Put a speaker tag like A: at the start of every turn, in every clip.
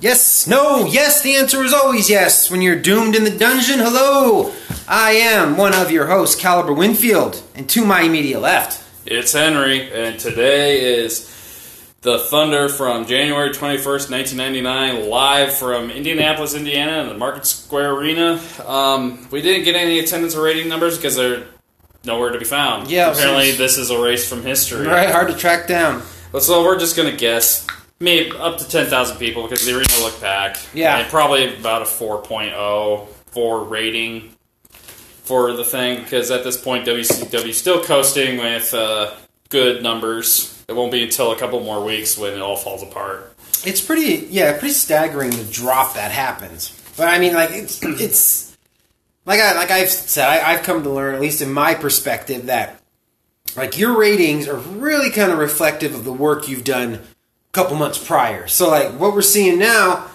A: Yes, no, yes, the answer is always yes. When you're doomed in the dungeon, hello! I am one of your hosts, Caliber Winfield, and to my immediate left.
B: It's Henry, and today is the Thunder from January 21st, 1999, live from Indianapolis, Indiana, in the Market Square Arena. Um, we didn't get any attendance or rating numbers because they're nowhere to be found.
A: Yeah,
B: Apparently,
A: so-
B: this is erased from history.
A: Right, hard to track down.
B: So we're just going to guess. Maybe up to 10,000 people because the arena looked packed.
A: Yeah.
B: And probably about a 4.0 for rating for the thing because at this point, WCW still coasting with uh, good numbers. It won't be until a couple more weeks when it all falls apart.
A: It's pretty, yeah, pretty staggering the drop that happens. But I mean, like it's it's like I like I've said, I, I've come to learn, at least in my perspective, that like your ratings are really kind of reflective of the work you've done a couple months prior. So like what we're seeing now,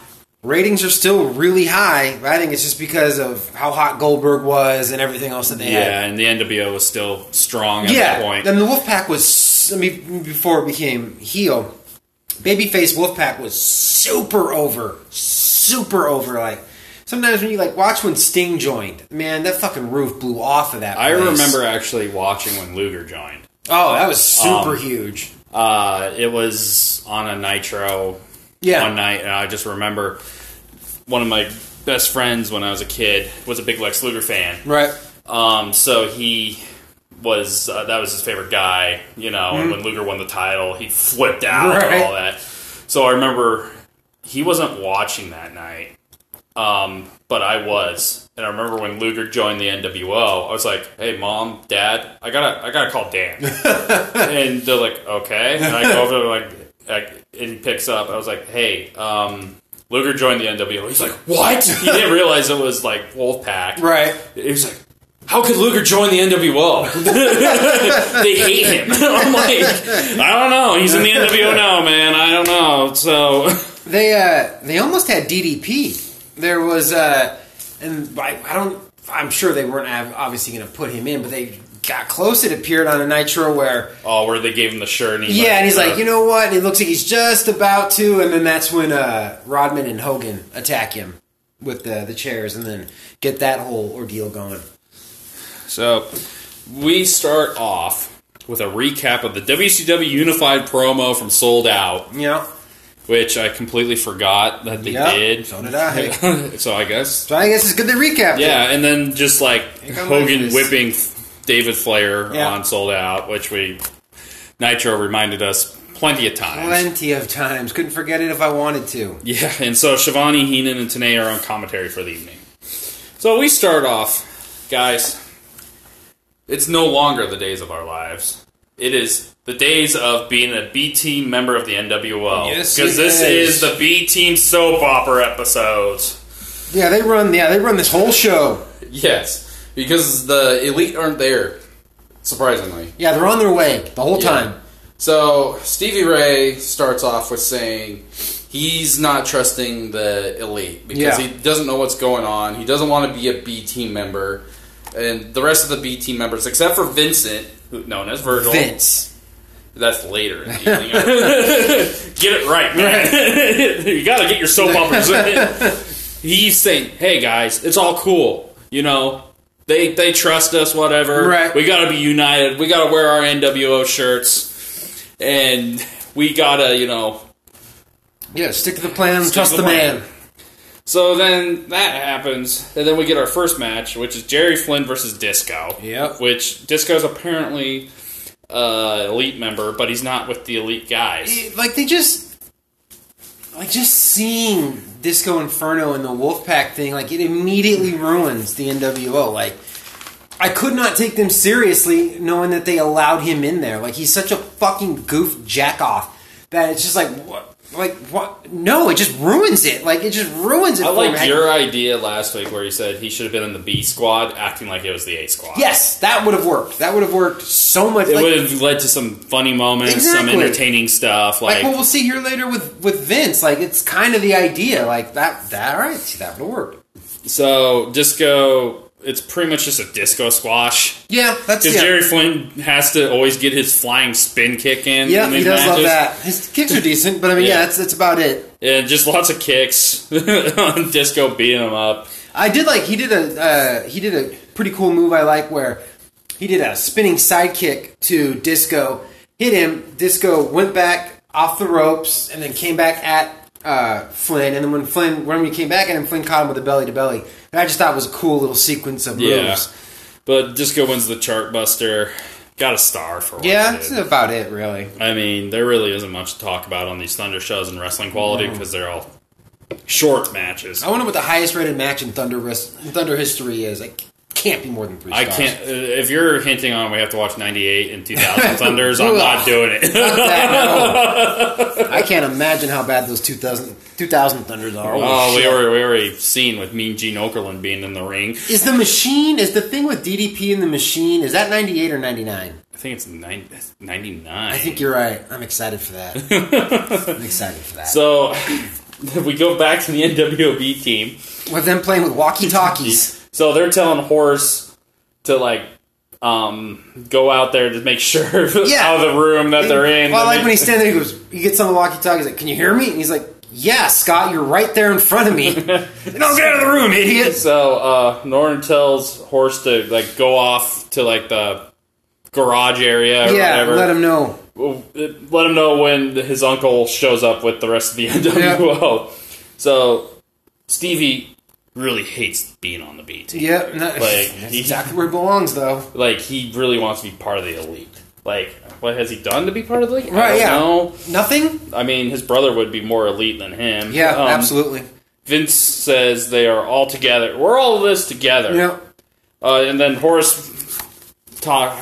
A: ratings are still really high. I think it's just because of how hot Goldberg was and everything else that they had.
B: and the NWO was still strong at
A: yeah,
B: that point.
A: And the Wolfpack was, I mean, before it became heel, Babyface Wolfpack was super over. Super over. Like, sometimes when you, like, watch when Sting joined, man, that fucking roof blew off of that
B: I
A: place.
B: remember actually watching when Luger joined.
A: Oh, that was super
B: Um,
A: huge.
B: Uh, it was on a Nitro
A: Yeah.
B: one night, and I just remember one of my best friends when I was a kid was a big Lex Luger fan.
A: Right.
B: Um, so he was uh, that was his favorite guy, you know. And when Luger won the title, he flipped
A: Hmm.
B: out
A: Right.
B: and all that. So I remember he wasn't watching that night, um, but I was, and I remember when Luger joined the NWO, I was like, "Hey, mom, dad, I gotta, I gotta call Dan." and they're like, "Okay," and I go over to like, like, and he picks up. I was like, "Hey." Um, Luger joined the NWO. He's like, "What?" He didn't realize it was like Wolfpack,
A: Right.
B: he was like, "How could Luger join the NWO? they hate him." I'm like, "I don't know. He's in the NWO now, man. I don't know." So
A: They, uh, they almost had DDP. There was, uh, and I, I don't, I'm sure they weren't av- obviously going to put him in, but they got close. It appeared on a Nitro where
B: oh, where they gave him the shirt, and he's
A: Yeah,
B: like,
A: and he's like, you know what? And it looks like he's just about to, and then that's when uh, Rodman and Hogan attack him with the the chairs, and then get that whole ordeal going.
B: So we start off with a recap of the WCW Unified promo from Sold Out,
A: You know,
B: which I completely forgot that they
A: Yeah,
B: did.
A: so did I.
B: so I guess.
A: so I guess it's good to recap.
B: Yeah, and then just like
A: comes
B: Hogan
A: this-
B: whipping David Flair
A: Yeah.
B: on Sold Out, which we Nitro reminded us plenty of times.
A: plenty of times. Couldn't forget it if I wanted to.
B: Yeah, and so Shivani, Heenan, and Tanay are on commentary for the evening. So we start off, guys. It's no longer the days of our lives. It is the days of being a B team member of the NWO.
A: Yes,
B: because
A: it
B: this
A: is.
B: is the B team soap opera episodes.
A: Yeah, they run. Yeah, they run this whole show.
B: Yes, because the elite aren't there, surprisingly.
A: Yeah, they're on their way the whole time.
C: So Stevie Ray starts off with saying he's not trusting the elite because he
A: Yeah.
C: doesn't know what's going on. He doesn't want to be a B team member, and the rest of the B team members, except for Vincent, who known as Virgil,
A: Vince.
C: that's later. In the evening.
B: Get it right, man. you gotta get your soap operas. He's saying, "Hey guys, it's all cool. You know, they they trust us. Whatever.
A: Right.
B: We gotta be united. We gotta wear our NWO shirts, and we gotta, you know."
A: Yeah, stick to the plan.
B: Stick
A: trust
B: to
A: the
B: the
A: man.
B: plan. So then that happens, and then we get our first match, which is Jerry Flynn versus Disco.
A: Yep.
B: Which Disco's apparently uh, elite member, but he's not with the elite guys.
A: It- like they just like just seeing Disco Inferno and the Wolfpack thing, like it immediately ruins the NWO. Like I could not take them seriously knowing that they allowed him in there. Like he's such a fucking goof jackoff that it's just like what like what no, it just ruins it. Like it just ruins it
B: I
A: for
B: like
A: me.
B: your idea last week where you said he should have been in the B squad, acting like it was the A squad.
A: Yes, that would have worked. That would have worked so much.
B: It
A: like,
B: would have led to some funny moments,
A: Exactly.
B: some entertaining stuff. Like,
A: like what we'll see here later with with Vince. Like it's kind of the idea. Like that that all right, see that would have worked.
B: so disco. It's pretty much just a disco squash
A: Yeah, that's
B: because
A: yeah.
B: Jerry Flynn has to always get his flying spin kick in.
A: Yeah,
B: in
A: he
B: these
A: does love
B: matches.
A: that. His kicks are decent, but I mean, yeah,
B: Yeah.
A: that's that's about it.
B: and just lots of kicks on Disco beating him up.
A: I did like he did a uh, he did a pretty cool move I like where he did a spinning sidekick to Disco, hit him. Disco went back off the ropes and then came back at uh, Flynn. And then when Flynn when he came back and then Flynn caught him with a belly to belly, and I just thought it was a cool little sequence of
B: Yeah.
A: moves.
B: But Disco wins the chart buster. Got a star for what
A: Yeah,
B: he
A: that's
B: did.
A: about it really.
B: I mean, there really isn't much to talk about on these Thunder shows in wrestling quality because they're all short matches.
A: I wonder what the highest rated match in Thunder res- Thunder history is. Like, can't be more than three.
B: I
A: Stars.
B: can't. uh, If you're hinting on we have to watch 98 and 2000 Thunders, I'm not doing
A: Oh,
B: it.
A: That, no. I can't imagine how bad those 2000, 2000 Thunders are. Holy
B: oh, we
A: shit.
B: already, we already seen with Mean Gene Okerlund being in the ring.
A: Is the machine? Is the thing with DDP and the machine? Is that ninety eight or ninety nine?
B: I think it's nine- 99.
A: I think you're right. I'm excited for that. I'm excited for that.
B: so. If we go back to the NWOB team,
A: with them playing with walkie talkies,
B: so they're telling Horace to like um, go out there to make sure
A: Yeah.
B: out of the room that they're in.
A: Well,
B: and
A: like
B: they-
A: when he's standing there, he goes, he gets on the walkie talkie. He's like, "Can you hear me?" And he's like, "Yeah, Scott, you're right there in front of me." no, get out of the room, idiot.
B: So uh, Norton tells Horse to like go off to like the garage area or
A: Yeah,
B: whatever.
A: let him know.
B: Well, it- let him know when his uncle shows up with the rest of the NWO. So Stevie really hates being on the BT.
A: Yep, no,
B: Like,
A: that's
B: he-
A: exactly where it belongs, though.
B: Like he really wants to be part of the elite. Like what has he done to be part of the elite? I
A: Right,
B: don't
A: yeah.
B: know.
A: Nothing.
B: I mean, his brother would be more elite than him.
A: Yeah,
B: Um,
A: absolutely.
B: Vince says they are all together. We're all this together.
A: Yeah,
B: Uh, and then Horace talk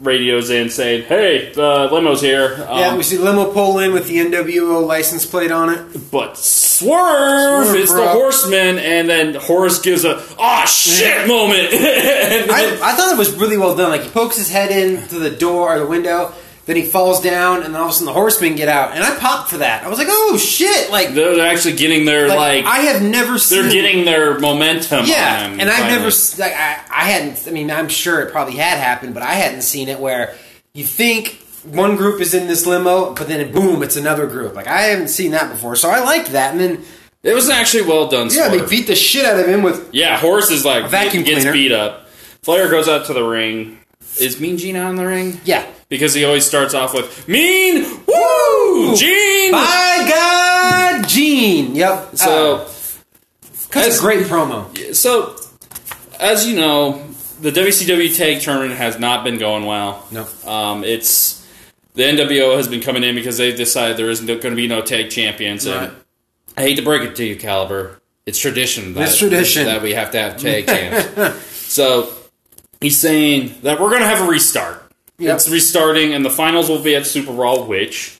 B: radios in saying, "Hey, the limo's here." Um,
A: yeah. We see limo pull in with the NWO license plate on it.
B: but swerve,
A: Swerve,
B: it's the
A: bro.
B: horseman, and then Horace gives a "ah shit" moment. And
A: I,
B: then-
A: I thought it was really well done. Like he pokes his head in to the door or the window, then he falls down, and then all of a sudden the horsemen get out, and I popped for that. I was like, oh shit! Like,
B: they're actually getting their
A: like,
B: like,
A: I have never seen.
B: they're getting their momentum.
A: yeah,
B: on them,
A: and I've
B: finally.
A: never s- like I, I hadn't. I mean, I'm sure it probably had happened, but I hadn't seen it where you think. One group is in this limo, but then boom, it's another group. Like I haven't seen that before, so I liked that. And then
B: It was actually well done.
A: yeah,
B: swerve.
A: they beat the shit out of him with
B: Yeah, Horace is like
A: vacuum
B: gets
A: cleaner.
B: beat up. Flair goes out to the ring. Is Mean Gene on the ring?
A: yeah.
B: Because he always starts off with Mean Woo Gene.
A: By God, Gene. Yep.
B: So
A: Ah. that's a great promo.
B: so as you know, the WCW Tag Tournament has not been going well.
A: No.
B: Um, it's the NWO has been coming in because they've decided there isn't going to be no tag champions. And
A: Right.
B: I hate to break it to you, Caliber. It's tradition. That,
A: It's tradition.
B: that we have to have tag champs. so he's saying that we're going to have a restart.
A: Yep.
B: It's restarting, and the finals will be at Super Brawl, which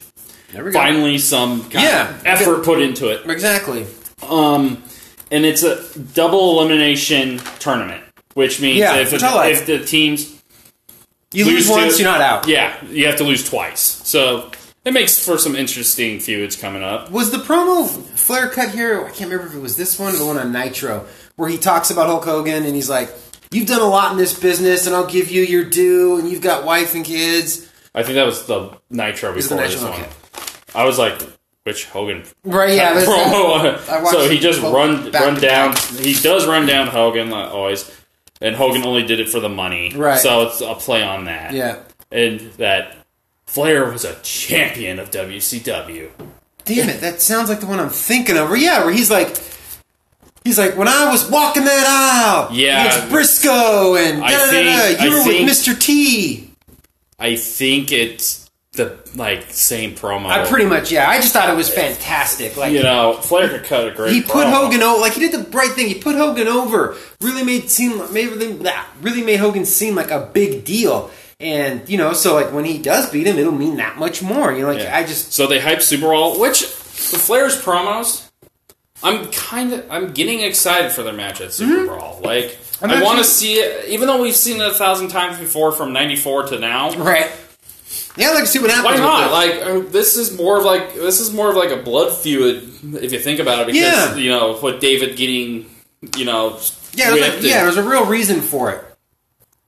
A: There we go.
B: finally some kind
A: Yeah.
B: of effort put into it.
A: Exactly.
B: Um, and it's a double elimination tournament, which means
A: Yeah,
B: if,
A: which I like.
B: if the teams,
A: You
B: Lose
A: lose,
B: to-
A: once, you're not out.
B: yeah, you have to lose twice. So it makes for some interesting feuds coming up.
A: Was the promo Flair cut here? I can't remember if it was this one or the one on Nitro, where he talks about Hulk Hogan and he's like, "You've done a lot in this business, and I'll give you your due, and you've got wife and kids."
B: I think that was the Nitro
A: Is the
B: before this
A: Nitro
B: one.
A: okay?
B: I was like, which Hogan
A: Right? Yeah. that's-
B: promo?
A: I watched
B: so he just
A: both
B: run
A: back
B: run
A: to
B: down.
A: back.
B: He does run down Hogan like always, and Hogan only did it for the money.
A: Right.
B: So it's a play on that.
A: yeah.
B: and that Flair was a champion of WCW.
A: Damn it! That sounds like the one I'm thinking of. Where, yeah, where he's like, he's like, when I was walking that aisle,
B: Yeah.
A: against Briscoe and
B: I
A: da da da,
B: think-
A: da, you
B: I
A: were
B: think-
A: with Mr. T.
B: I think it's the like same promo.
A: I pretty much, yeah. I just thought it was fantastic. Like
B: you know Flair could cut a great.
A: he put
B: promo.
A: Hogan over, like he did the right thing. He put Hogan over. Really made seem, made really, blah, really made Hogan seem like a big deal. And you know, so like when he does beat him, it'll mean that much more. You're like,
B: Yeah.
A: I just
B: so they hype Super Bowl, which the Flair's promos. I'm kind of I'm getting excited for their match at Super Brawl. Like
A: Mm-hmm. I'm
B: I want
A: actually-
B: to see it, even though we've seen it a thousand times before from '94 to now.
A: right. Yeah, I'd like to see what happens.
B: Why
A: with
B: not?
A: it.
B: Like uh, this is more of like this is more of like a blood feud if you think about it. Because
A: Yeah.
B: you know with David getting you know
A: yeah, it was like-
B: whipped and-
A: yeah, there's a real reason for it.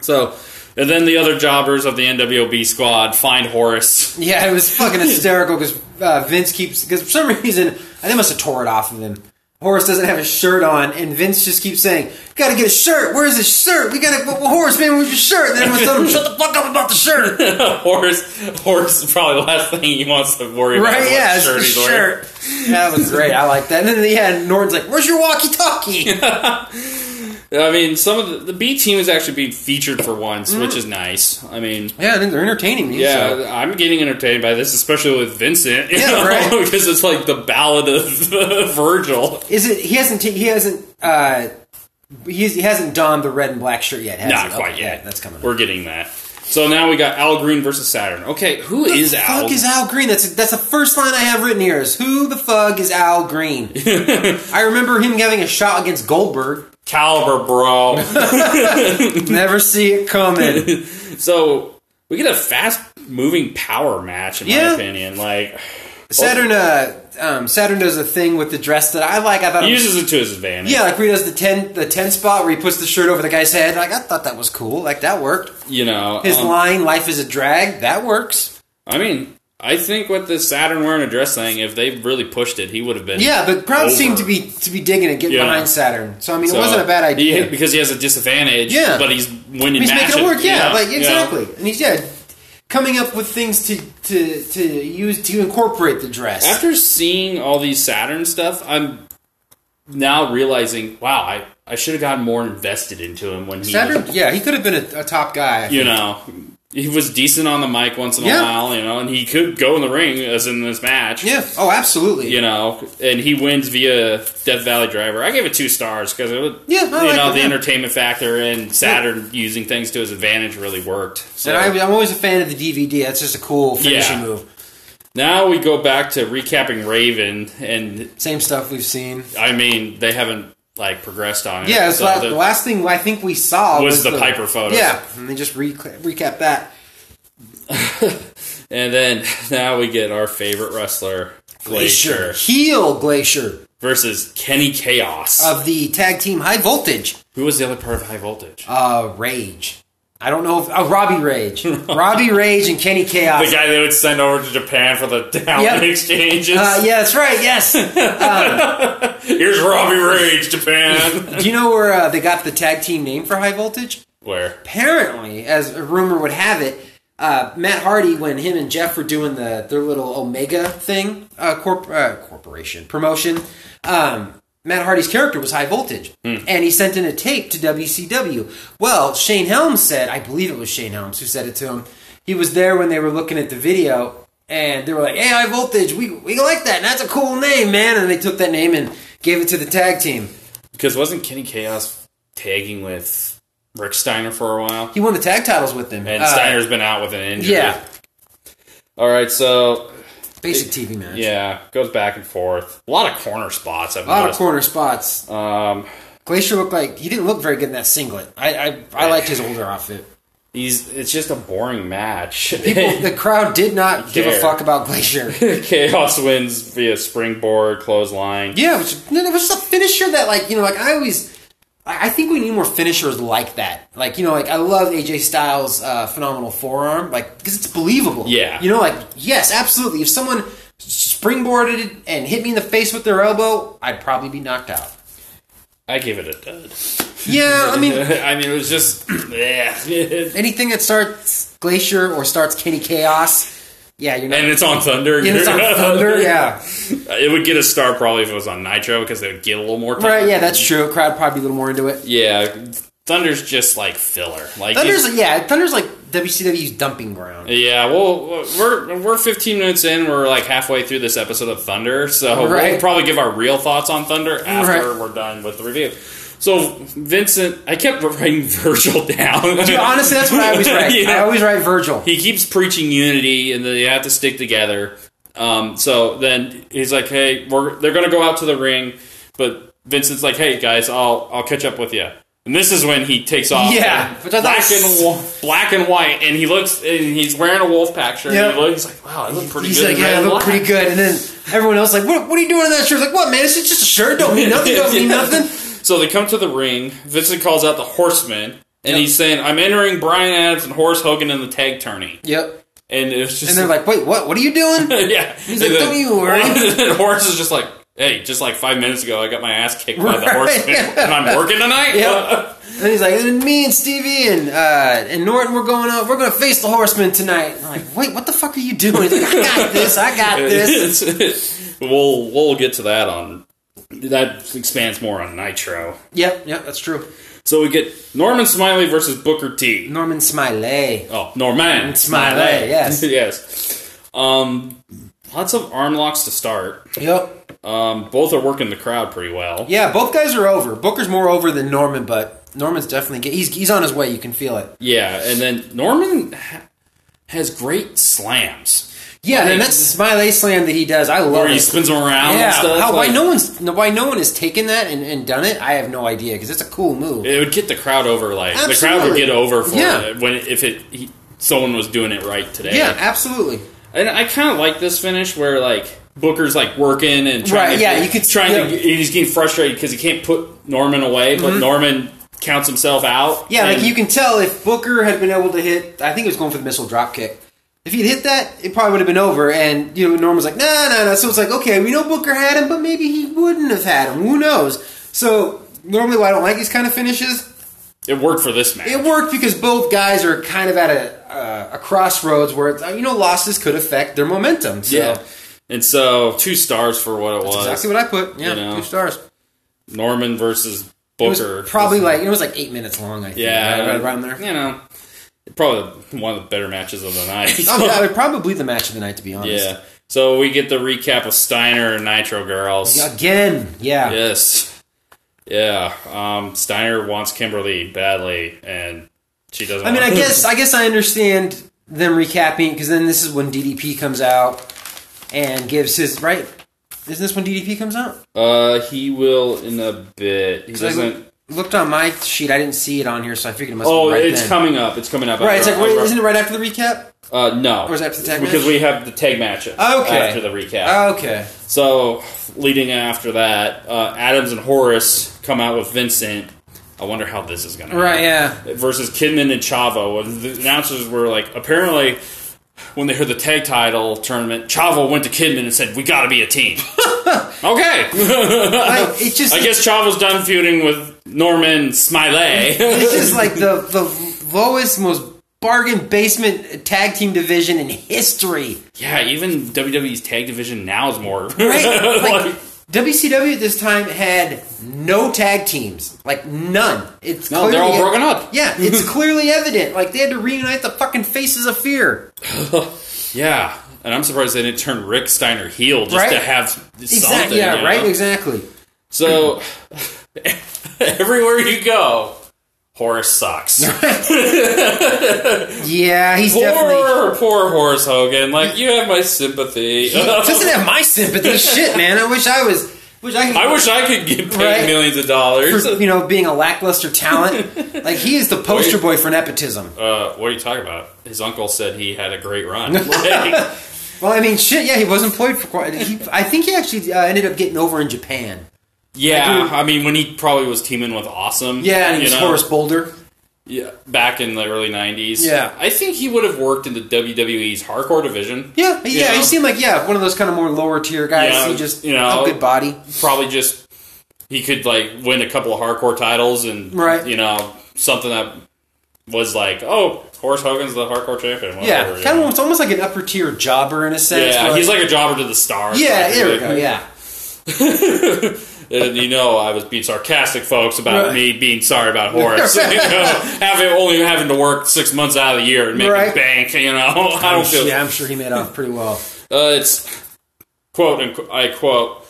B: So And then the other jobbers of the NWOB squad find Horace.
A: Yeah, it was fucking hysterical because uh, Vince keeps because for some reason I think I must have tore it off of him. Horace doesn't have his shirt on, and Vince just keeps saying, "Gotta get a shirt. Where's his shirt? We gotta well, Horace, man, where's your shirt?" And then everyone tells him, "Shut the fuck up about the shirt."
B: Horace, Horace is probably the last thing he wants to worry about.
A: Right?
B: what
A: Yeah, it's
B: shirt
A: the
B: he's wearing.
A: shirt. That was great. I like that. And then in the end, Norton's like, "Where's your walkie-talkie?"
B: I mean, some of the, the B team is actually being featured for once, which is nice. I mean,
A: yeah, I think they're entertaining me.
B: yeah,
A: Mm-hmm. so.
B: I'm getting entertained by this, especially with Vincent. You
A: Yeah, right.
B: Because it's like the ballad of Virgil.
A: Is it? He hasn't. ta- he hasn't. uh He's, he hasn't donned the red and black shirt yet. Has
B: Not
A: he?
B: quite
A: Okay,
B: yet.
A: yeah, That's coming.
B: We're getting that. So now we got Al Green versus Saturn. Okay, who is
A: Who the
B: Al?
A: fuck is Al Green? That's that's the first line I have written here is who the fuck is Al Green? I remember him having a shot against Goldberg.
B: Caliber, bro.
A: Never see it coming.
B: so we get a fast moving power match, in my
A: Yeah.
B: opinion. Like
A: Saturn uh, um, Saturn does a thing with the dress that I like. I thought
B: he
A: it was,
B: uses it to his advantage.
A: Uh, yeah, like where he does the ten the ten spot where he puts the shirt over the guy's head. Like I thought that was cool. Like that worked.
B: You know,
A: His
B: um,
A: line "Life is a drag" that works.
B: I mean, I think with the Saturn wearing a dress thing, if they really pushed it, he would have been.
A: Yeah, but crowd
B: over.
A: seemed to be to be digging it, getting
B: Yeah.
A: behind Saturn. So I mean,
B: So,
A: it wasn't a bad
B: he-
A: idea.
B: because he has a disadvantage.
A: Yeah.
B: but he's winning.
A: he's making
B: matches.
A: it work. Yeah, like
B: yeah.
A: exactly. And he's yeah, coming up with things to to to use to incorporate the dress.
B: After seeing all these Saturn stuff, I'm now realizing, wow, I, I should have gotten more invested into him when he,
A: Saturn,
B: was,
A: yeah, he could have been a, a top guy.
B: you know, he was decent on the mic once in
A: Yeah.
B: a while, you know, and he could go in the ring as in this match.
A: Yeah. Oh, absolutely.
B: you know, and he wins via Death Valley Driver. I gave it two stars because it was,
A: Yeah, I
B: you
A: like
B: know,
A: it,
B: the
A: yeah.
B: entertainment factor and Saturn using things to his advantage really worked. So
A: And I, I'm always a fan of the DVD. That's just a cool finishing
B: Yeah.
A: move.
B: now we go back to recapping Raven, and
A: Same stuff we've seen.
B: I mean, they haven't like progressed on it.
A: Yeah, it's
B: so
A: la-
B: the-
A: the last thing I think we saw
B: Was the Piper photos.
A: Yeah, and they just re- recap that.
B: and then now we get our favorite wrestler Glacier
A: heel Glacier
B: versus Kenny Chaos.
A: of the tag team High Voltage.
B: Who was the other part of High Voltage?
A: Uh, Rage. I don't know if oh, Robbie Rage, Robbie Rage, and Kenny Chaos.
B: the guy they would send over to Japan for the talent
A: Yep.
B: exchanges.
A: Uh, yeah, that's right. Yes. Do
B: Here's Robbie Rage, Japan.
A: you know where uh, they got the tag team name for High Voltage?
B: Where?
A: Apparently, as a rumor would have it, uh, Matt Hardy, when him and Jeff were doing the their little Omega thing, uh, corp- uh, corporation promotion, um, Matt Hardy's character was High Voltage, and he sent in a tape to WCW. Well, Shane Helms said, I believe it was Shane Helms who said it to him. He was there when they were looking at the video, and they were like, "Hey, High Voltage, we we like that. And that's a cool name, man." And they took that name and gave it to the tag team.
B: Because wasn't Kenny Chaos tagging with Rick Steiner for a while?
A: He won the tag titles with them.
B: And
A: Uh,
B: Steiner's been out with an injury.
A: yeah,
B: All right, so
A: basic TV match.
B: yeah, goes back and forth. A lot of corner spots. I've
A: A lot of
B: noticed.
A: corner spots.
B: Um,
A: Glacier looked like he didn't look very good in that singlet. I I, I liked his older outfit.
B: he's it's just a boring match.
A: People, the crowd did not give
B: Care.
A: a fuck about Glacier.
B: Chaos wins via springboard clothesline.
A: yeah, which no, it was just a finisher that like you know like I always. I I think we need more finishers like that. Like you know, like I love AJ Styles' uh, phenomenal forearm, like because it's believable.
B: Yeah.
A: you know, like yes, absolutely. If someone springboarded it and hit me in the face with their elbow, I'd probably be knocked out.
B: I give it a dud.
A: Yeah, I mean,
B: I mean, it was just yeah, and
A: anything that starts Glacier or starts Kenny Chaos, yeah, you're not.
B: it's on Thunder.
A: And it's on Thunder, yeah.
B: It would get a star probably if it was on Nitro because they would get a little more time.
A: Right, yeah, that's true. Crowd probably be a little more into it.
B: Yeah, Thunder's just like filler. Like
A: Thunder's
B: you-
A: yeah, Thunder's like WCW's dumping ground.
B: yeah. Well, we're we're 15 minutes in. We're like halfway through this episode of Thunder, so we'll
A: Right.
B: probably give our real thoughts on Thunder after
A: Right.
B: we're done with the review. So Vincent, I kept writing Virgil down.
A: Dude, honestly, that's what I always write.
B: Yeah.
A: I always write Virgil.
B: he keeps preaching unity and that you have to stick together. Um, so then he's like, "Hey, we're they're gonna go out to the ring," but Vincent's like, "Hey guys, I'll I'll catch up with you." And this is when he takes off,
A: Yeah,
B: uh,
A: which I thought
B: black
A: was-
B: and wa- black and white, and he looks and he's wearing a wolf pack shirt.
A: Yeah.
B: And he looks, he's like, "Wow, I look pretty
A: He's
B: good."
A: like,
B: in
A: yeah,
B: red
A: I
B: and
A: look
B: black."
A: pretty good. And then everyone else like, what, what are you doing in that shirt? Like, what, man? It's just a shirt. Don't mean nothing. Don't mean
B: Yeah.
A: nothing.
B: So they come to the ring. Vincent calls out the Horsemen, And he's saying, I'm entering Brian Adams and Horace Hogan in the tag tourney.
A: Yep.
B: And it's just
A: And they're like, wait, what? What are you doing?
B: yeah.
A: He's like, "Don't you worry."
B: and Horace is just like, hey, just like five minutes ago, I got my ass kicked by the horseman,
A: Right.
B: and I'm working tonight.
A: Yep. and he's like, and me and Stevie and uh, and Norton, we're going up. We're going to face the Horsemen tonight. And I'm like, wait, what the fuck are you doing? He's like, I got this. I got this.
B: It's- we'll we'll get to that on that expands more on Nitro.
A: yep. Yep. That's true.
B: So we get Norman Smiley versus Booker T.
A: Norman Smiley.
B: Oh, Norman
A: Smiley, yes.
B: yes. Um, lots of arm locks to start.
A: Yep.
B: Um, both are working the crowd pretty well.
A: Yeah. Both guys are over. Booker's more over than Norman, but Norman's definitely get, he's he's on his way. You can feel it.
B: Yeah, and then Norman ha- has great slams
A: Yeah. And that's Smiley slam that he does. I love
B: where he
A: it.
B: spins them around.
A: Yeah,
B: and stuff.
A: how,
B: like,
A: why no one's no- why no one has taken that and, and done it? I have no idea because it's a cool move.
B: It would get the crowd over. Like the crowd would
A: Absolutely.
B: get over for
A: Yeah.
B: it when if it he, someone was doing it right today.
A: yeah, absolutely.
B: and I kind of like this finish where like Booker's like working and trying.
A: Right,
B: to,
A: yeah, you could-
B: trying to.
A: yeah. Mm-hmm.
B: and He's getting frustrated because he can't put Norman away, but Norman counts himself out.
A: Yeah,
B: and-
A: like you can tell if Booker had been able to hit, I think he was going for the missile drop kick. If he'd hit that, it probably would have been over. And you know, Norman's like, nah, nah, nah. So it's like, okay, we know Booker had him, but maybe he wouldn't have had him. Who knows? So normally, why I don't like these kind of finishes
B: It worked for this match.
A: it worked because both guys are kind of at a uh, a crossroads where it's, you know losses could affect their momentum. So
B: yeah. And so two stars for what it was.
A: that's exactly what I put. Yeah,
B: You know.
A: two stars.
B: Norman versus
A: It
B: Booker.
A: was probably like it was like eight minutes long. I think.
B: yeah,
A: right, right around there.
B: You know, probably one of the better matches of the night.
A: Oh, yeah, probably the match of the night, to be honest.
B: Yeah. So we get the recap of Steiner and Nitro Girls.
A: Again, yeah.
B: Yes. Yeah. Um, Steiner wants Kimberly badly, and she doesn't.
A: I mean, I
B: want-
A: guess I guess I understand them recapping because then this is when DDP comes out and gives his right. Isn't this when DDP comes out?
B: uh, he will in a bit. He
A: 'Cause I
B: doesn't.
A: looked on my sheet. I didn't see it on here, so I figured it must.
B: Oh,
A: be right
B: it's
A: then.
B: coming up. It's coming up.
A: Right, it's
B: after-
A: like wait, isn't it right after the recap?
B: Uh, no.
A: Or is that the tag
B: Because
A: match?
B: we have the tag match okay.
A: Okay. Uh,
B: after the recap.
A: okay.
B: So, leading after that, uh, Adams and Horace come out with Vincent. I wonder how this is going to
A: Right, yeah.
B: Versus Kidman and Chavo. And the announcers were like, apparently, when they heard the tag title tournament, Chavo went to Kidman and said, We got to be a team. okay.
A: Like, it just
B: I guess Chavo's done feuding with Norman Smiley.
A: it's just like the the lowest, most bargain basement tag team division in history.
B: yeah, even WWE's tag division now is more.
A: Right? Like,
B: Like-
A: WCW at this time had no tag teams, like none. It's
B: No, they're all
A: clearly-
B: broken up.
A: Yeah, it's clearly evident. Like they had to reunite the fucking faces of fear.
B: yeah. And I'm surprised they didn't turn Rick Steiner heel just
A: Right?
B: to have something.
A: Exactly. Yeah.
B: you know?
A: Right. Exactly.
B: So everywhere you go, Horace sucks.
A: Yeah, he's definitely.
B: poor, poor Horace Hogan. Like you have my sympathy.
A: Doesn't have my sympathy. Shit, man. I wish I was. Wish I. Could,
B: I wish I could get paid
A: Right.
B: millions of dollars.
A: for, you know, being a lackluster talent. like he is the poster boy for nepotism.
B: Uh, what are you talking about? His uncle said he had a great run. Like,
A: Well, I mean, shit. Yeah, he was employed for quite. He, I think he actually uh, ended up getting over in Japan.
B: yeah,
A: I do-
B: I, mean when he probably was teaming with Awesome.
A: Yeah, and
B: you
A: he's
B: know,
A: Horace Boulder.
B: yeah, back in the early '90s.
A: Yeah.
B: I think he would have worked in the WWE's hardcore division.
A: Yeah,
B: You
A: yeah.
B: know?
A: He seemed like yeah, one of those kind of more lower tier guys.
B: Yeah,
A: he just
B: you know.
A: a good body.
B: probably just he could like win a couple of hardcore titles and
A: Right.
B: you know something that was like oh Horace Hogan's the hardcore champion
A: Yeah,
B: whatever, you
A: kind
B: know.
A: of. It's almost like an upper tier jobber in a sense.
B: yeah
A: but-
B: he's like a jobber to the stars
A: yeah.
B: Like,
A: There we
B: like,
A: go. Yeah.
B: and you know I was being sarcastic folks about
A: Right.
B: me being sorry about Horace you know having only having to work six months out of the year and making
A: Right.
B: bank you know I don't feel
A: yeah, I'm sure he made off pretty well.
B: uh, it's quote and I quote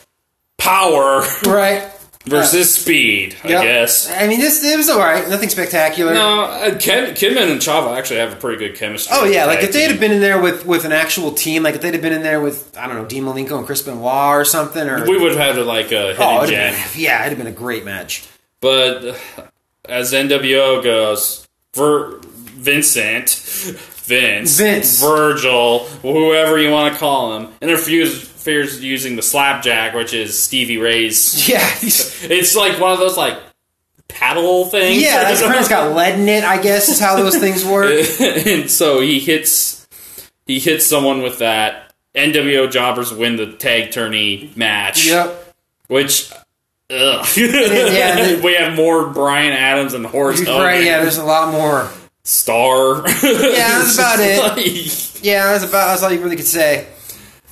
B: power
A: right.
B: versus speed
A: Yep.
B: I guess
A: I mean, this it was all right. Nothing spectacular.
B: No, uh, Kim, Kidman and Chava actually have a pretty good chemistry.
A: Oh yeah, like
B: Tag
A: if they
B: team.
A: had been in there with with an actual team, like if they'd have been in there with I don't know Dean Malenko and Chris Benoit or something, or
B: we would have had like a hidden
A: oh, it'd
B: gem.
A: have been, yeah, it'd have been a great match.
B: But uh, as NWO goes, Vir- Vincent, Vince,
A: Vince.
B: Virgil, whoever you want to call him, interferes fears using the slapjack, which is Stevie Ray's.
A: Yeah, he's-
B: It's like one of those like paddle thing.
A: Yeah, that's has got lead in it. I guess is how those things work.
B: and so he hits he hits someone with that. NWO jobbers win the tag tourney match.
A: yep.
B: Which ugh.
A: yeah,
B: we have more Brian Adams and Horace Hogan.
A: Right? Yeah, there's a lot more.
B: Star. Yeah,
A: that's about Yeah, that's about that's all you really could say.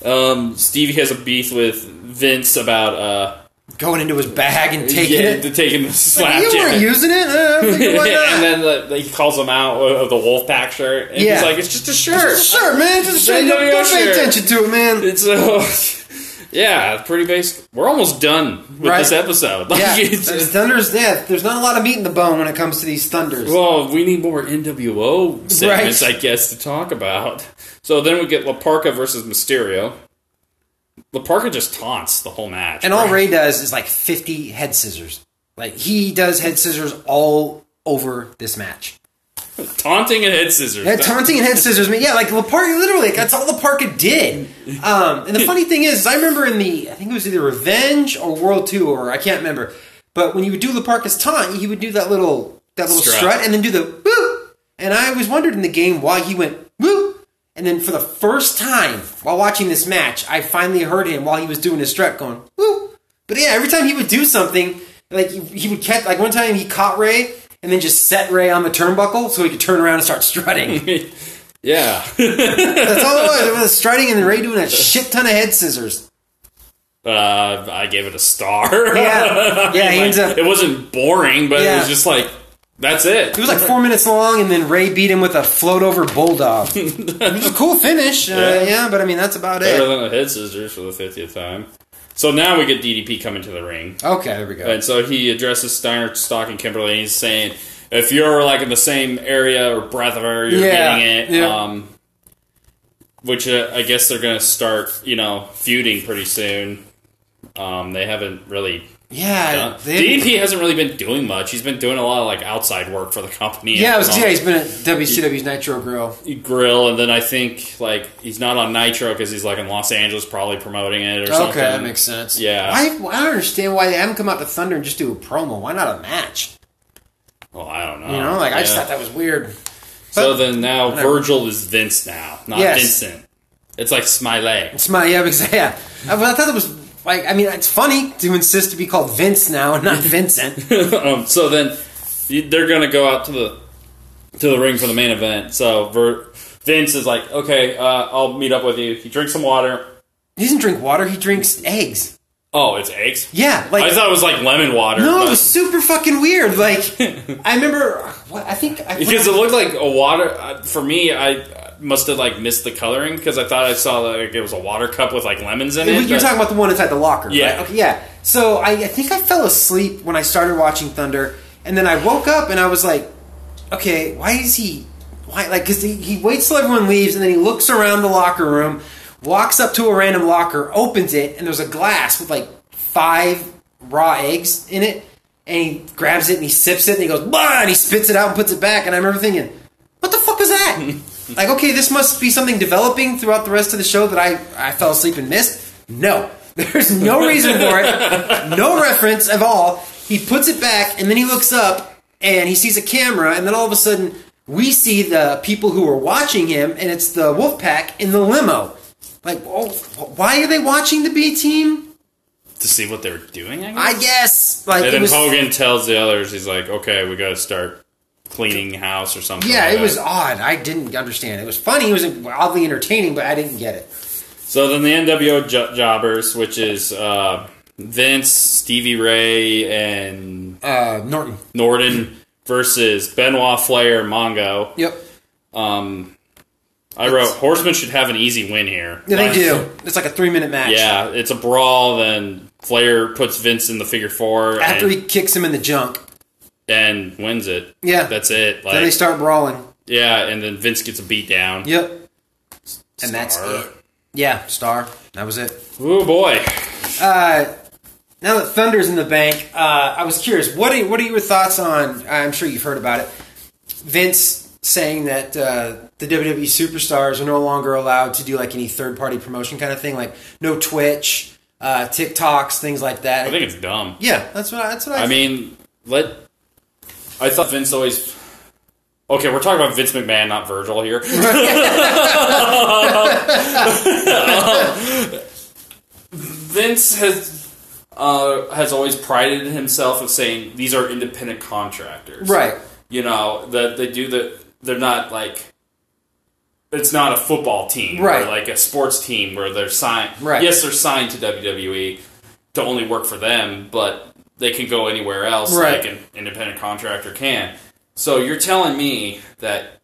B: um Stevie has a beef with Vince about uh
A: Going into his bag and taking
B: yeah,
A: it.
B: the- taking the slap
A: you
B: jam.
A: weren't using it. Uh, I'm thinking, why not?
B: and then the, the- he calls him out of the Wolfpack shirt, and
A: Yeah.
B: he's like, "It's just a shirt."
A: Sure, man. Just
B: Then
A: don't,
B: don't
A: don't pay
B: share.
A: attention to it, man.
B: And so, yeah, pretty basic. We're almost done with
A: Right.
B: this episode. Like,
A: Yeah,
B: it's
A: there's
B: just-
A: thunders. Yeah, there's not a lot of meat in the bone when it comes to these thunders.
B: well, we need more NWO segments, I guess, to talk about. So then we get Laparca versus Mysterio. Laparca just taunts the whole match,
A: and all
B: right?
A: Ray does is like 50 head scissors. Like he does head scissors all over this match.
B: taunting and head scissors.
A: Yeah, taunting and head scissors. I mean, Yeah, like Laparca, literally, like, that's all Laparca did. Um, and the funny thing is, is I remember in the, I think it was either Revenge or World Two, or I can't remember. But when you would do Laparca's taunt, he would do that little that little strut,
B: Strut.
A: and then do the woo. And I always wondered in the game why he went woo. And then for the first time while watching this match, I finally heard him while he was doing his strut going woo. But yeah, every time he would do something, like he- he would catch. Like one time he caught Ray. And then just set Ray on the turnbuckle so he could turn around and start strutting.
B: yeah.
A: That's all it was. It was striding and Ray doing a shit ton of head scissors.
B: Uh, I gave it a star.
A: Yeah. Yeah, he ends up-
B: It wasn't boring, but it
A: Yeah.
B: was just like that's it.
A: It was like four minutes long, and then Ray beat him with a float over bulldog. it was a cool finish, yeah. Uh, yeah, but I mean that's about
B: better
A: it.
B: than the head scissors for the fiftieth time. So now we get DDP coming to the ring,
A: Okay, there we go.
B: and so he addresses Steiner, Stock, and Kimberly, and he's saying, "If you're like in the same area or breath of air, you're
A: Yeah,
B: getting it."
A: yeah.
B: Um, which uh, I guess they're gonna start, you know, feuding pretty soon. Um, they haven't really
A: Yeah, they-
B: DDP Uh, hasn't really been doing much. He's been doing a lot of like outside work for the company.
A: yeah,
B: and
A: it was,
B: all-
A: yeah. He's been at WCW's Nitro Grill.
B: grill, and then I think like he's not on Nitro because he's like in Los Angeles, probably promoting it or something.
A: Okay, that makes sense.
B: Yeah.
A: I, I don't understand why they haven't come out to Thunder and just do a promo. Why not a match?
B: Well, I don't know.
A: You know, like I just
B: Oh, Yeah.
A: thought that was weird.
B: so then now
A: Whatever.
B: Virgil is Vince now, not
A: Yes.
B: Vincent. It's like Smiley.
A: It's my yeah, because yeah. I, but I thought that was like I mean it's funny to insist to be called Vince now and not Vincent.
B: um, so then they're gonna go out to the to the ring for the main event. So Vir- Vince is like, okay, uh, I'll meet up with you. He drinks some water.
A: He doesn't drink water. He drinks eggs.
B: Oh, it's eggs.
A: Yeah, like
B: I thought it was like lemon water.
A: no, it
B: but-
A: was super fucking weird. Like I remember, what, I think I,
B: Because it looked like a water. I- For me, I must have like missed the coloring because I thought I saw like it was a water cup with like lemons in it.
A: you're
B: but-
A: talking about the one inside the locker.
B: Yeah.
A: right? okay, yeah. So I, I think I fell asleep when I started watching Thunder, and then I woke up and I was like, okay, why is he? Why like because he, he waits till everyone leaves and then he looks around the locker room, walks up to a random locker, opens it, and there's a glass with like five raw eggs in it, and he grabs it and he sips it and he goes bah, and he spits it out and puts it back, and I remember thinking, what the fuck was that? like, okay, this must be something developing throughout the rest of the show that I I fell asleep and missed. No, there's no reason for it, no reference at all. He puts it back and then he looks up and he sees a camera, and then all of a sudden we see the people who are watching him, and it's the wolf pack in the limo. Like, oh, why are they watching the B team?
B: to see what they were doing. I guess.
A: I guess like
B: and
A: it
B: then
A: was,
B: Hogan tells the others, he's like, "Okay, we got to start cleaning house or something."
A: yeah,
B: like
A: it was
B: that.
A: odd. I didn't understand. It was funny. It was oddly entertaining, but I didn't get it.
B: So then the NWO jo- jobbers, which is uh, Vince, Stevie Ray, and
A: Uh, Norton.
B: Norton versus Benoit, Flair, and Mongo.
A: Yep.
B: I wrote Horseman should have an easy win here.
A: Yeah, they
B: Like-
A: do. It's like a three minute match.
B: Yeah, it's a brawl. Then Flair puts Vince in the figure four
A: After
B: and,
A: he kicks him in the junk,
B: and wins it.
A: Yeah.
B: that's it.
A: then they
B: Like,
A: start brawling.
B: yeah, and then Vince gets a beat down.
A: Yep. And that's
B: Star.
A: it. Yeah, star. That was it.
B: Oh boy,
A: Now that Thunder's in the bank, uh, I was curious. What are, what are your thoughts on? I'm sure you've heard about it. Vince saying that uh, the WWE superstars are no longer allowed to do like any third party promotion kind of thing, like no Twitch, uh, TikToks, things like that.
B: I think it's dumb.
A: yeah, that's what I, that's what I,
B: I mean, let I thought Vince always. Okay, we're talking about Vince McMahon, not Virgil here. Vince has uh, has always prided himself of saying these are independent contractors,
A: Right.
B: You know that they do the they're not like it's not a football team, or
A: Right.
B: Like a sports team where they're signed.
A: Right.
B: Yes, they're signed to WWE to only work for them, but they can go anywhere else
A: Right.
B: like an independent contractor can. So you're telling me that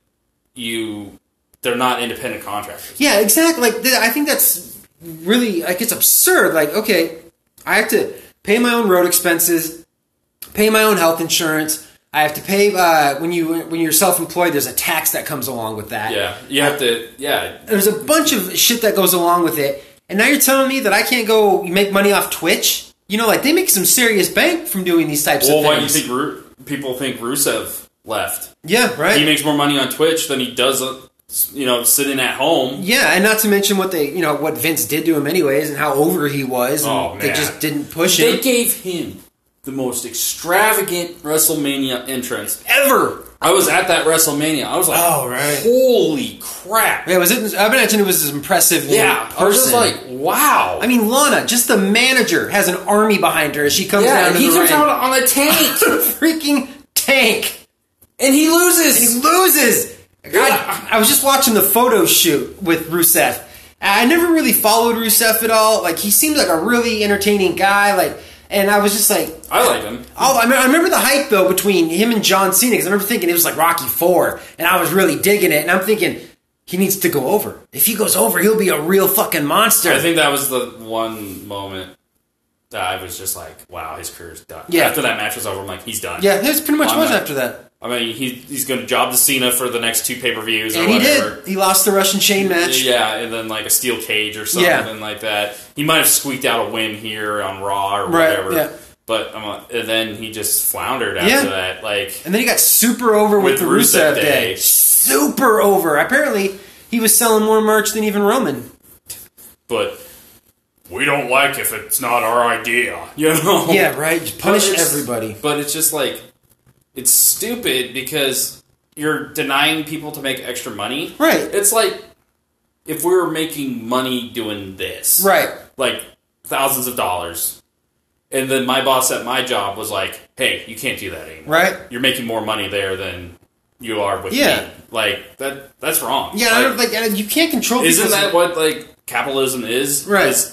B: you they're not independent contractors.
A: Yeah, exactly. Like th- I think that's really like it's absurd. Like okay, I have to pay my own road expenses, pay my own health insurance. I have to pay uh, when you when you're self employed. There's a tax that comes along with that.
B: Yeah. You have to yeah.
A: There's a bunch of shit that goes along with it. And now you're telling me that I can't go make money off Twitch. You know, like they make some serious bank from doing these types
B: Well
A: of
B: why do you
A: things.
B: think Ru- people think Rusev left?
A: yeah, right.
B: He makes more money on Twitch than he does uh, you know, sitting at home.
A: Yeah, and not to mention what they, you know, what Vince did to him anyways, and how over he was, and
B: Oh,
A: they
B: man.
A: just didn't push
B: They
A: him
B: gave him the most extravagant WrestleMania entrance.
A: ever.
B: I was at that WrestleMania. I was like,
A: Oh, right.
B: holy crap!"
A: Yeah, was it? I imagine it was as impressive. in
B: Yeah, I was
A: person.
B: just like, "Wow!"
A: I mean, Lana, just the manager, has an army behind her as she comes
B: yeah,
A: down to
B: he
A: the
B: comes
A: ring.
B: out on a tank
A: freaking tank.
B: and he
A: He
B: loses.
A: loses. God, I was just watching the photo shoot with Rusev. I never really followed Rusev at all. Like, he seems like a really entertaining guy. Like, and I was just like,
B: I like him.
A: Oh, I, mean, I remember the hype though between him and John Cena. 'cause I remember thinking it was like Rocky Four, and I was really digging it. And I'm thinking he needs to go over. If he goes over, he'll be a real fucking monster.
B: I think that was the one moment that I was just like, "Wow, his career's done."
A: Yeah.
B: After that match was over, I'm like, "He's done."
A: yeah, that's pretty much
B: Why
A: was
B: not?
A: after that.
B: I mean, he, he's going to job to Cena for the next two pay per views or
A: And he
B: whatever.
A: did. He lost the Russian chain match.
B: Yeah, and then like a steel cage or something
A: Yeah.
B: like that. He might have squeaked out a win here on Raw or
A: Right,
B: whatever.
A: yeah.
B: But um, and then he just floundered after
A: Yeah.
B: that. Like
A: And then he got super over with,
B: With
A: the
B: Rusev
A: Rusev,
B: Day.
A: day. Super over. Apparently, he was selling more merch than even Roman.
B: but we don't like if it's not our idea. You know?
A: Yeah, right. Just
B: But
A: punish
B: it's-
A: everybody.
B: But it's just like it's stupid because you're denying people to make extra money.
A: Right.
B: It's like if we were making money doing this.
A: Right.
B: Like thousands of dollars. And then my boss at my job was like, Hey, you can't do that anymore.
A: Right.
B: You're making more money there than you are with
A: Yeah.
B: me. Like that that's wrong.
A: Yeah, I don't like and you can't control.
B: Isn't
A: people's-
B: that what like capitalism is?
A: Right.
B: Is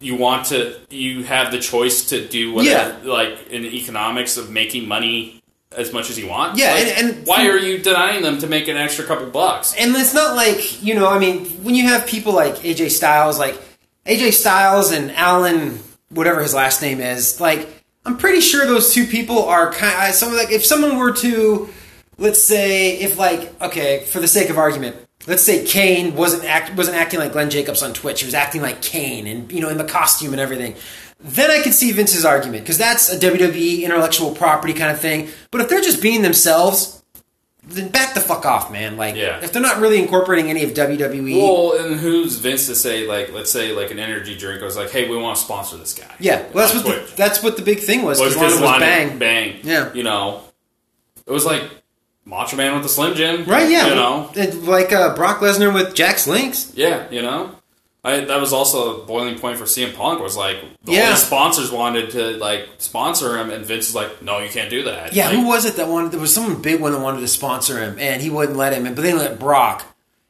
B: you want to you have the choice to do whatever like in economics of making money as much as you want.
A: Yeah,
B: Like,
A: and- and-
B: why are you denying them to make an extra couple bucks?
A: and it's not like you know. I mean, when you have people like AJ Styles, like AJ Styles and Alan, whatever his last name is, like I'm pretty sure those two people are kind. Of, some like if someone were to, let's say, if like okay, for the sake of argument, let's say Kane wasn't act wasn't acting like Glenn Jacobs on Twitch. He was acting like Kane, and you know, in the costume and everything. Then I could see Vince's argument because that's a WWE intellectual property kind of thing. But if they're just being themselves, then back the fuck off, man. Like,
B: Yeah.
A: if they're not really incorporating any of E. WWE,
B: Well, and who's Vince to say like let's say like an energy drink was like, hey, we want to sponsor this guy.
A: yeah, well, that's
B: On
A: what
B: Twitch.
A: the, that's what the big thing was.
B: Well, it's
A: Because Lana was
B: Lana-
A: bang,
B: bang.
A: Yeah.
B: You know, it was like Macho Man with the Slim Jim.
A: right? Yeah,
B: You know,
A: It- like uh, Brock Lesnar with Jack's links.
B: Yeah, you know, I, that was also a boiling point for CM Punk. Was like, the
A: Yeah.
B: all the sponsors wanted to like sponsor him, and Vince is like, "No, you can't do that."
A: Yeah,
B: Like,
A: who was it that wanted? There was someone big one that wanted to sponsor him, and he wouldn't let him. And but they let Brock.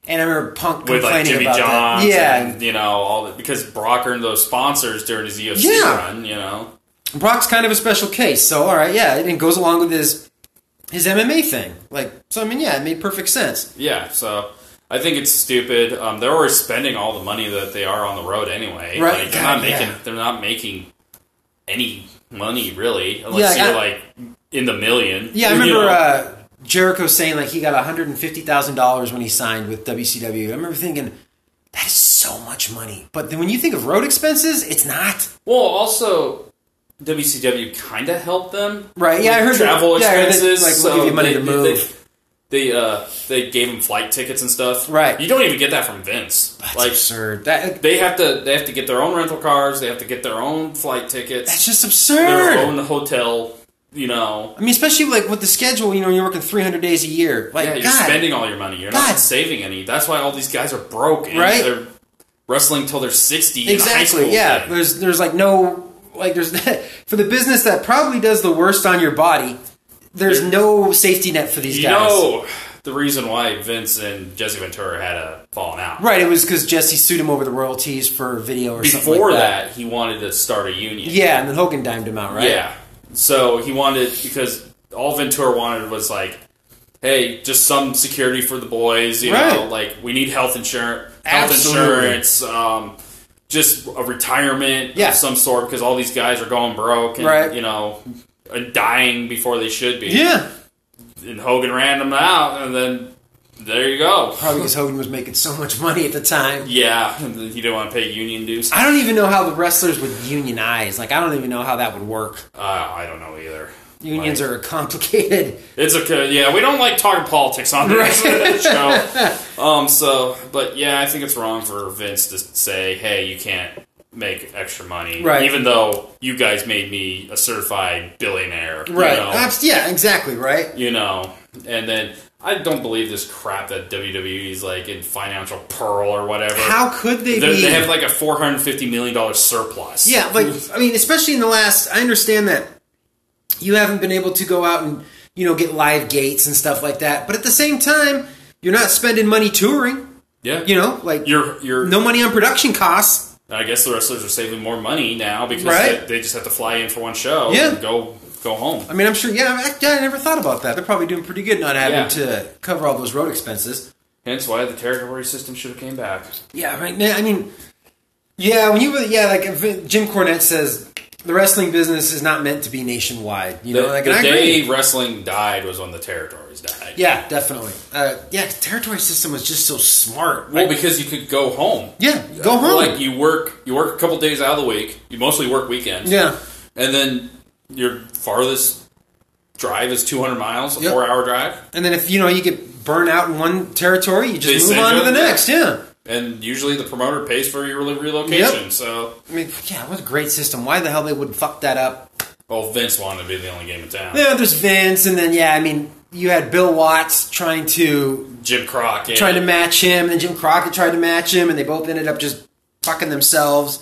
A: And I remember Punk
B: with
A: complaining
B: like Jimmy
A: about
B: John,
A: that. Yeah,
B: and, you know, all that because Brock earned those sponsors during his UFC
A: Yeah.
B: run. You know,
A: Brock's kind of a special case, so all right, yeah, and it goes along with his his MMA thing. Like, so I mean, yeah, it made perfect sense.
B: yeah. So I think it's stupid. Um, they're already spending all the money that they are on the road anyway.
A: Right,
B: Like, they're
A: God,
B: not making.
A: yeah.
B: They're not making any money really,
A: Yeah,
B: unless
A: like,
B: you're
A: I-
B: like in the million.
A: Yeah, I
B: you
A: remember
B: know?
A: uh, Jericho saying like he got one hundred and fifty thousand dollars when he signed with WCW. I remember thinking that is so much money, but then when you think of road expenses, it's not
B: Well, also WCW kind of helped them,
A: right. Yeah, I heard
B: travel
A: that, yeah, I heard that,
B: expenses.
A: like
B: so
A: we'll give you money
B: they,
A: to move.
B: They, they, uh, they gave him flight tickets and stuff.
A: Right.
B: You don't even get that from Vince.
A: That's
B: like
A: absurd. That
B: they have to they have to get their own rental cars. They have to get their own flight tickets.
A: that's just
B: their
A: absurd.
B: own hotel. you know,
A: I mean, especially like with the schedule, you know, you're working 300 days a year. Like,
B: yeah, you're
A: God,
B: spending all your money. You're
A: God.
B: not saving any. That's why all these guys are broke. And
A: Right.
B: They're wrestling till they're sixty. in high
A: exactly.
B: school.
A: Yeah, there's there's like no like there's for the business that probably does the worst on your body. There's
B: There-
A: no safety net for these
B: You
A: guys.
B: know the reason why Vince and Jesse Ventura had a falling out.
A: Right, it was because Jesse sued him over the royalties for video or something
B: Before
A: like
B: that. he wanted to start a union.
A: Yeah, and then Hogan dimed him out, right?
B: Yeah. So he wanted because all Ventura wanted was like, hey, just some security for the boys. You know,
A: Right.
B: like we need health insurance, health
A: Absolutely.
B: insurance, um, just a retirement
A: Yeah.
B: of some sort because all these guys are going broke and
A: Right.
B: you know and dying before they should be.
A: Yeah.
B: And Hogan ran them out, and then there you go.
A: Probably because Hogan was making so much money at the time.
B: Yeah, and then he didn't want to pay union dues. Uh,
A: I don't even know how the wrestlers would unionize. Like, I don't even know how that would work.
B: I don't know either.
A: Unions are complicated.
B: It's okay. Yeah, we don't like talking politics on this show. Um, so, but yeah, I think it's wrong for Vince to say, "Hey, you can't make extra money,"
A: Right.
B: Even though you guys made me a certified billionaire, you
A: Right.
B: know?
A: Abs- yeah, exactly, right?
B: You know, and then I don't believe this crap that WWE's like in financial pearl or whatever.
A: How could they
B: They're-
A: be?
B: they have like a four hundred fifty million dollar surplus.
A: yeah, like, I mean, especially in the last, I understand that you haven't been able to go out and, you know, get live gates and stuff like that. But at the same time, you're not spending money touring.
B: yeah.
A: You know, like,
B: you're you're
A: no money on production costs.
B: I guess the wrestlers are saving more money now because
A: Right.
B: they, they just have to fly in for one show
A: Yeah.
B: and go go home.
A: I mean, I'm sure. Yeah, I, yeah, I never thought about that. They're probably doing pretty good not having
B: Yeah.
A: to cover all those road expenses.
B: Hence why the territory system should have came back.
A: Yeah, right. man, I mean, yeah. When you really, yeah, like if- Jim Cornette says, the wrestling business is not meant to be nationwide. You
B: The,
A: know, like
B: the
A: and I
B: day
A: agree.
B: wrestling died was when the territories died.
A: Yeah, definitely. Uh, yeah, territory system was just so smart.
B: Well,
A: Like,
B: because you could go home.
A: yeah, go home.
B: Like you work you work a couple days out of the week. You mostly work weekends.
A: yeah,
B: And then your farthest drive is 200 miles, a
A: Yep.
B: 4-hour drive,
A: and then if you know you get burnt out in one territory, you
B: They
A: just move
B: send
A: on to
B: you
A: the
B: on-
A: next. Yeah.
B: and usually the promoter pays for your re- relocation. So,
A: I mean, yeah, what a great system. Why the hell they would fuck that up?
B: well, Vince wanted to be the only game in town.
A: Yeah, there's Vince, and then yeah, I mean, you had Bill Watts trying to
B: Jim Crockett
A: trying to match him, and Jim Crockett tried to match him, and they both ended up just fucking themselves.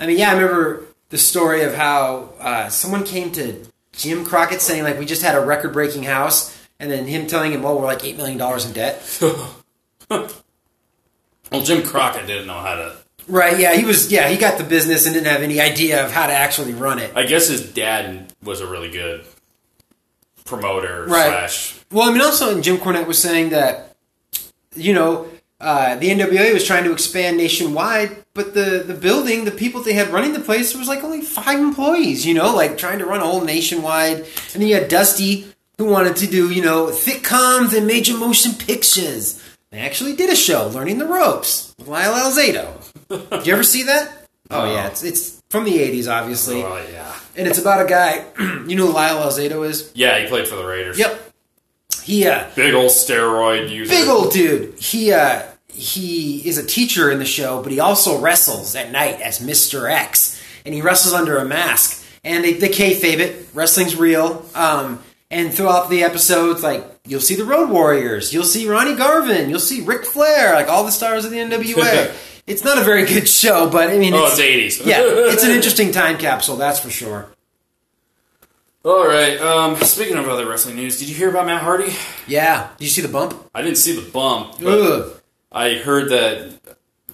A: I mean, yeah, I remember the story of how uh, someone came to Jim Crockett saying like, "We just had a record-breaking house," and then him telling him, "Well, we're like eight million dollars in debt."
B: Well, Jim Crockett didn't know how to.
A: right? Yeah, he was. Yeah, he got the business and didn't have any idea of how to actually run it.
B: I guess his dad was a really good promoter
A: Right.
B: slash.
A: Well, I mean, also and Jim Cornette was saying that, you know, uh, the NWA was trying to expand nationwide, but the the building, the people they had running the place was like only five employees. You know, like trying to run a whole nationwide, and then you had Dusty who wanted to do you know thick comms and major motion pictures. They actually did a show, learning the ropes with Lyle Alzado. Did you ever see that? Oh yeah, it's it's from the '80s, obviously,
B: Well, yeah,
A: and it's about a guy. you know who Lyle Alzado is?
B: yeah, he played for the Raiders.
A: Yep. He uh,
B: big old steroid user.
A: big old dude. He uh, he is a teacher in the show, but he also wrestles at night as Mister X, and he wrestles under a mask. And they, they kayfabe it. Wrestling's real. Um, and throughout the episodes, like you'll see the Road Warriors, you'll see Ronnie Garvin, you'll see Ric Flair, like all the stars of the NWA. it's not a very good show, but I mean,
B: Oh,
A: it's,
B: it's eighties.
A: yeah, it's an interesting time capsule, that's for sure.
B: All right. Um, speaking of other wrestling news, did you hear about Matt Hardy?
A: Yeah, did you see the bump?
B: I didn't see the bump. but
A: Ugh.
B: I heard that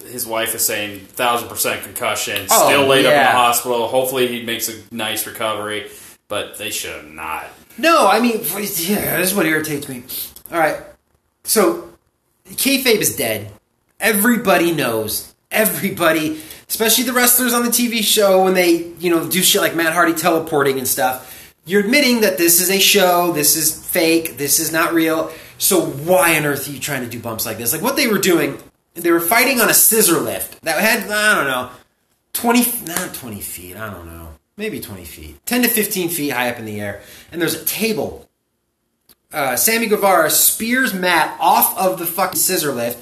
B: his wife is saying thousand percent concussion,
A: Oh,
B: still laid up in
A: yeah.
B: the hospital. Hopefully, he makes a nice recovery. But they should not.
A: No, I mean, yeah, this is what irritates me. All right, so kayfabe is dead. Everybody knows. Everybody, especially the wrestlers on the TV show, when they you know do shit like Matt Hardy teleporting and stuff. You're admitting that this is a show. This is fake. This is not real. So why on earth are you trying to do bumps like this? Like what they were doing, they were fighting on a scissor lift that had I don't know 20 not 20 feet i don't know maybe 20 feet 10 to 15 feet high up in the air and there's a table uh, sammy guevara spears matt off of the fucking scissor lift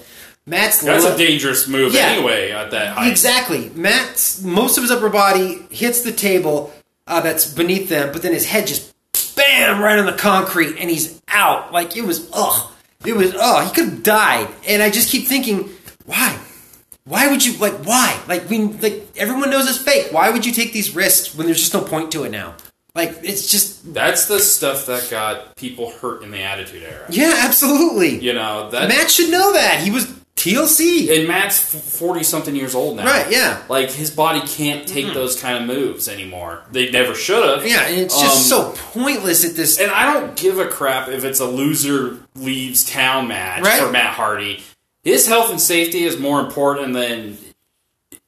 A: matt's
B: That's a
A: lip-
B: dangerous move
A: Yeah.
B: anyway. At that height,
A: exactly matt's most of his upper body hits the table uh, that's beneath them but then his head just bam, right on the concrete, and he's out. Like, it was, ugh. It was, ugh. He could have died. And I just keep thinking, why? Why would you, like, why? Like, we, like, everyone knows it's fake. Why would you take these risks when there's just no point to it now? Like, it's just,
B: That's the stuff that got people hurt in the Attitude Era.
A: yeah, absolutely.
B: You know that
A: Matt should know that. He was TLC.
B: and Matt's forty something years old now.
A: Right, yeah. Mm-hmm.
B: Like his body can't take those kind of moves anymore. They never should have.
A: yeah, and it's just
B: Um,
A: so pointless at this.
B: And I don't give a crap if it's a loser leaves town match
A: Right.
B: for Matt Hardy. His health and safety is more important than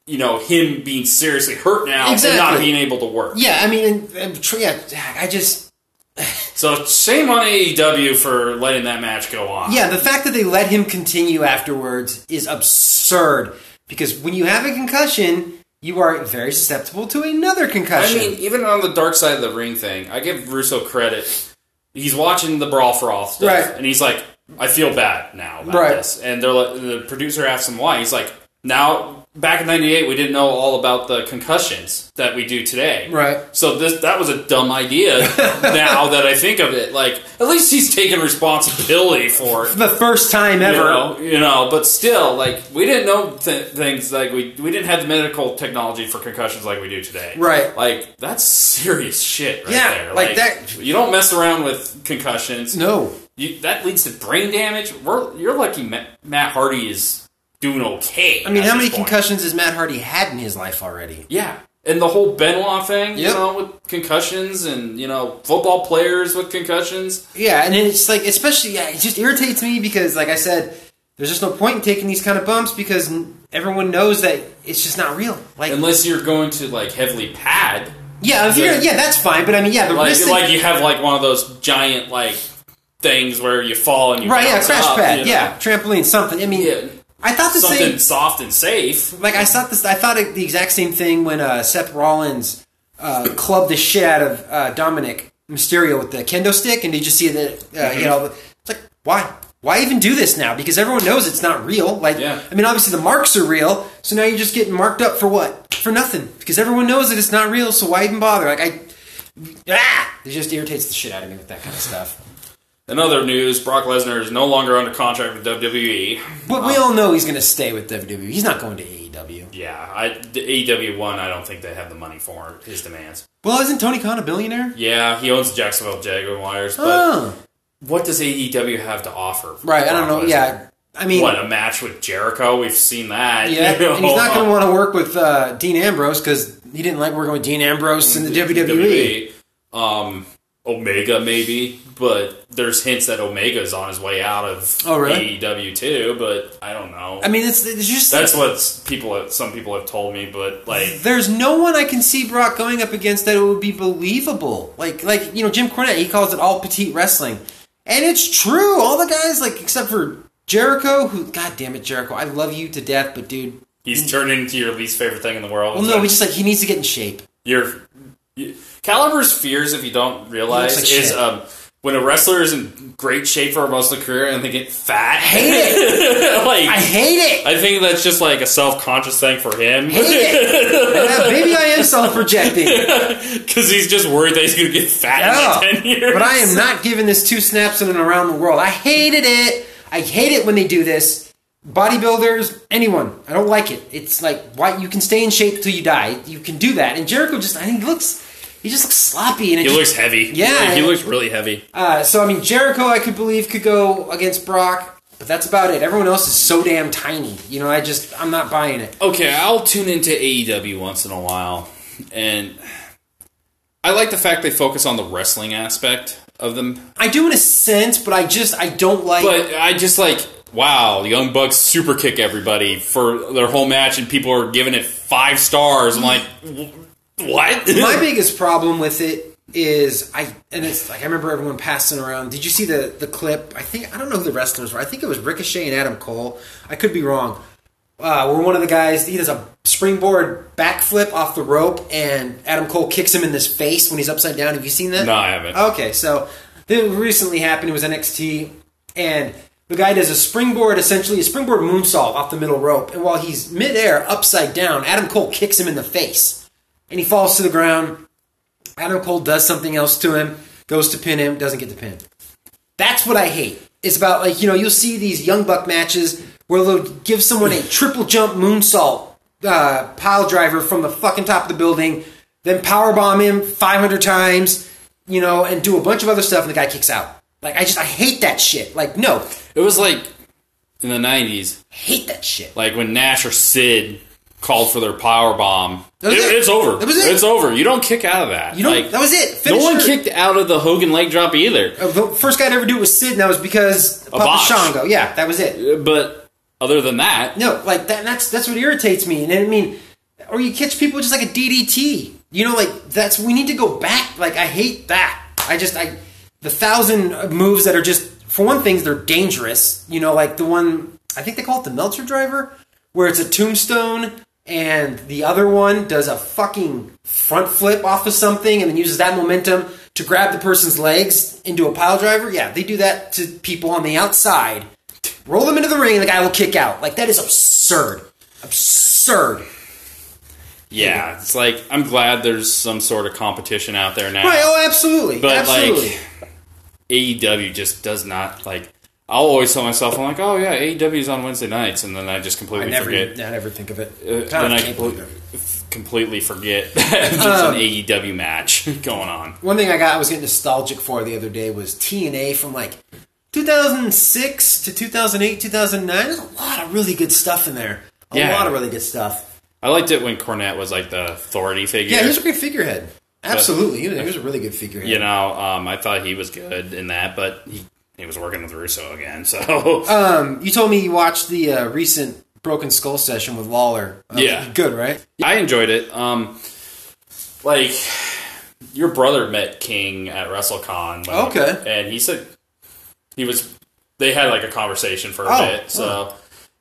B: you know him being seriously hurt now and not
A: Exactly.
B: being able to work.
A: yeah, I mean, and, and, tr- yeah, I just
B: So shame on AEW for letting that match go on.
A: yeah, the fact that they let him continue afterwards is absurd because when you have a concussion, you are very susceptible to another
B: I
A: concussion.
B: mean, even on the dark side of the ring thing, I give Russo credit. He's watching the brawl for all stuff,
A: Right.
B: and he's like, "I feel bad now about
A: Right.
B: this." And they're like, the producer asks him why. He's like, "Now, back in '98, we didn't know all about the concussions that we do today,
A: Right.
B: So this that was a dumb idea. now that I think of it, like at least he's taking responsibility for it.
A: the first time
B: You
A: ever.
B: know, you know, but still, like we didn't know th- things like we we didn't have the medical technology for concussions like we do today.
A: Right.
B: Like that's serious shit. Right
A: Yeah,
B: there.
A: like that-
B: You don't mess around with concussions.
A: No,
B: You, that leads to brain damage. We're, you're lucky Matt, Matt Hardy is doing okay.
A: I mean,
B: at
A: how
B: this
A: many
B: point.
A: concussions has Matt Hardy had in his life already?
B: Yeah. And the whole Benoit thing, you
A: Yep.
B: know, with concussions and, you know, football players with concussions.
A: Yeah, and it's like, especially, yeah, it just irritates me because, like I said, there's just no point in taking these kind of bumps because n- everyone knows that it's just not real. Like,
B: Unless you're going to, like, heavily pad.
A: yeah, if
B: Yeah.
A: you're, yeah, that's fine, but I mean, yeah, the
B: Like,
A: risk thing-
B: like you have, like, one of those giant, like, things where you fall and you
A: right, yeah,
B: bounce
A: crash
B: up,
A: pad,
B: you know?
A: yeah, trampoline, something. I mean,
B: Yeah.
A: I thought the
B: Something
A: same.
B: soft and safe.
A: Like, I thought this. I thought it, the exact same thing when uh, Seth Rollins uh, clubbed the shit out of uh, Dominic Mysterio with the kendo stick, and did you see that? Uh, You
B: Mm-hmm.
A: know, it's like why? Why even do this now? Because everyone knows it's not real. Like,
B: Yeah.
A: I mean, obviously the marks are real, so now you're just getting marked up for what? For nothing, because everyone knows that it's not real. So why even bother? Like, I. Ah! It just irritates the shit out of me with that kind of stuff.
B: In other news, Brock Lesnar is no longer under contract with E. WWE.
A: But we all know he's going to stay with WWE. He's not going to E AEW.
B: Yeah, I, the AEW one, I don't think they have the money for his demands.
A: Well, isn't Tony Khan a billionaire?
B: Yeah, he owns Jacksonville Jaguars, but
A: Oh,
B: what does AEW have to offer? for
A: right. I
B: Brock
A: don't know.
B: Lesnar?
A: Yeah, I mean,
B: what a match with Jericho. We've seen that.
A: yeah,
B: You know,
A: and he's not going
B: uh,
A: to want to work with uh, Dean Ambrose because he didn't like working with Dean Ambrose in the E.
B: E.
A: WWE.
B: WWE. Um, Omega maybe, but there's hints that Omega's on his way out of
A: Oh, really?
B: AEW too. But I don't know.
A: I mean, it's, it's just
B: That's what people, some people have told me. But like,
A: there's no one I can see Brock going up against that it would be believable. Like, like you know, Jim Cornette he calls it all petite wrestling, and it's true. All the guys, like except for Jericho, who, god damn it, Jericho, I love you to death, but dude,
B: he's turned into your least favorite thing in the world.
A: well, no, we just like he needs to get in shape.
B: your you- Caliber's fears, if you don't realize,
A: like
B: is
A: shit.
B: um, when a wrestler is in great shape for most of the career and they get fat.
A: Hate it.
B: like
A: I
B: I,
A: hate it.
B: think that's just like a self conscious thing for him
A: hate it. Yeah, maybe I am self projecting,
B: because he's just worried that he's gonna get fat in
A: Yeah.
B: like ten years.
A: but I am not giving this two snaps in and around the world. I hated it. I hate it when they do this. Bodybuilders, anyone, I don't like it. It's like why you can stay in shape till you die. You can do that. And Jericho just, I think, he looks, he just looks sloppy. And it
B: He
A: just-
B: looks heavy.
A: Yeah.
B: Like, he looks really heavy.
A: uh, so I mean, Jericho, I could believe could go against Brock, but that's about it. Everyone else is so damn tiny. You know, I just, I'm not buying it.
B: okay, I'll tune into AEW once in a while, and I like the fact they focus on the wrestling aspect of them
A: I do in a sense, but I just, I don't like.
B: But I just like, wow, the Young Bucks super kick everybody for their whole match, and people are giving it five stars. I'm like, wh- what?
A: my biggest problem with it is I and it's like I remember everyone passing around. Did you see the the clip? I think I don't know who the wrestlers were. I think it was Ricochet and Adam Cole. I could be wrong. Uh, where one of the guys he does a springboard backflip off the rope and Adam Cole kicks him in his face when he's upside down. Have you seen that?
B: No, I haven't.
A: Okay, so this recently happened. It was NXT, and the guy does a springboard, essentially a springboard moonsault off the middle rope, and while he's midair, upside down, Adam Cole kicks him in the face, and he falls to the ground. Adam Cole does something else to him. goes to pin him, doesn't get the pin. That's what I hate. It's about like you know you'll see these young buck matches where they'll give someone a triple jump moonsault uh, pile driver from the fucking top of the building, then power bomb him 500 times, you know, and do a bunch of other stuff, and the guy kicks out. Like I just I hate that shit. Like no,
B: It was like in the nineties,
A: hate that shit.
B: like when Nash or Sid called for their power bomb.
A: That was
B: It-
A: it.
B: It's over.
A: That was it.
B: It's over. You don't kick out of that.
A: You know
B: Like,
A: that was it.
B: no
A: Finish
B: one
A: her.
B: kicked out of the Hogan leg drop either.
A: Uh, The first guy to ever do it was Sid, and that was because of Papa
B: botch.
A: Shango. Yeah, that was it.
B: But other than that,
A: No, like that. That's that's what irritates me. And I mean, or you catch people just like a DDT. You know, like that's we need to go back. Like I hate that. I just I the thousand moves that are just for one thing they're dangerous. You know, like the one I think they call it the Meltzer driver, where it's a tombstone and the other one does a fucking front flip off of something and then uses that momentum to grab the person's legs into a pile driver. Yeah, they do that to people on the outside roll them into the ring, and the guy will kick out. Like that is absurd, absurd.
B: yeah, it's like I'm glad there's some sort of competition out there now.
A: Right? Oh, absolutely,
B: But
A: absolutely.
B: like AEW just does not like. I'll always tell myself I'm like, oh yeah, AEW is on Wednesday nights, and then I just
A: I
B: completely
A: never,
B: forget.
A: I never think of E it.
B: Uh,
A: God,
B: then I
A: can't believe
B: completely,
A: it.
B: completely forget that there's
A: Um,
B: an AEW match going on.
A: One thing I got I was getting nostalgic for the other day was TNA from like 2006 to 2008, 2009. There's a lot of really good stuff in there. A
B: Yeah.
A: lot of really good stuff.
B: I liked it when Cornette was like the authority figure.
A: Yeah, he was a great figurehead. Absolutely, he was- he was a really good figurehead.
B: you know, um, I thought he was good in that, but he, he was working with Russo again, so
A: Um, you told me you watched the uh, recent Broken Skull session with Lawler. Uh,
B: Yeah.
A: good, right?
B: I enjoyed it. Um, like your brother met King at WrestleCon. when-
A: Okay.
B: and he said he was. They had like a conversation for a
A: Oh,
B: bit, so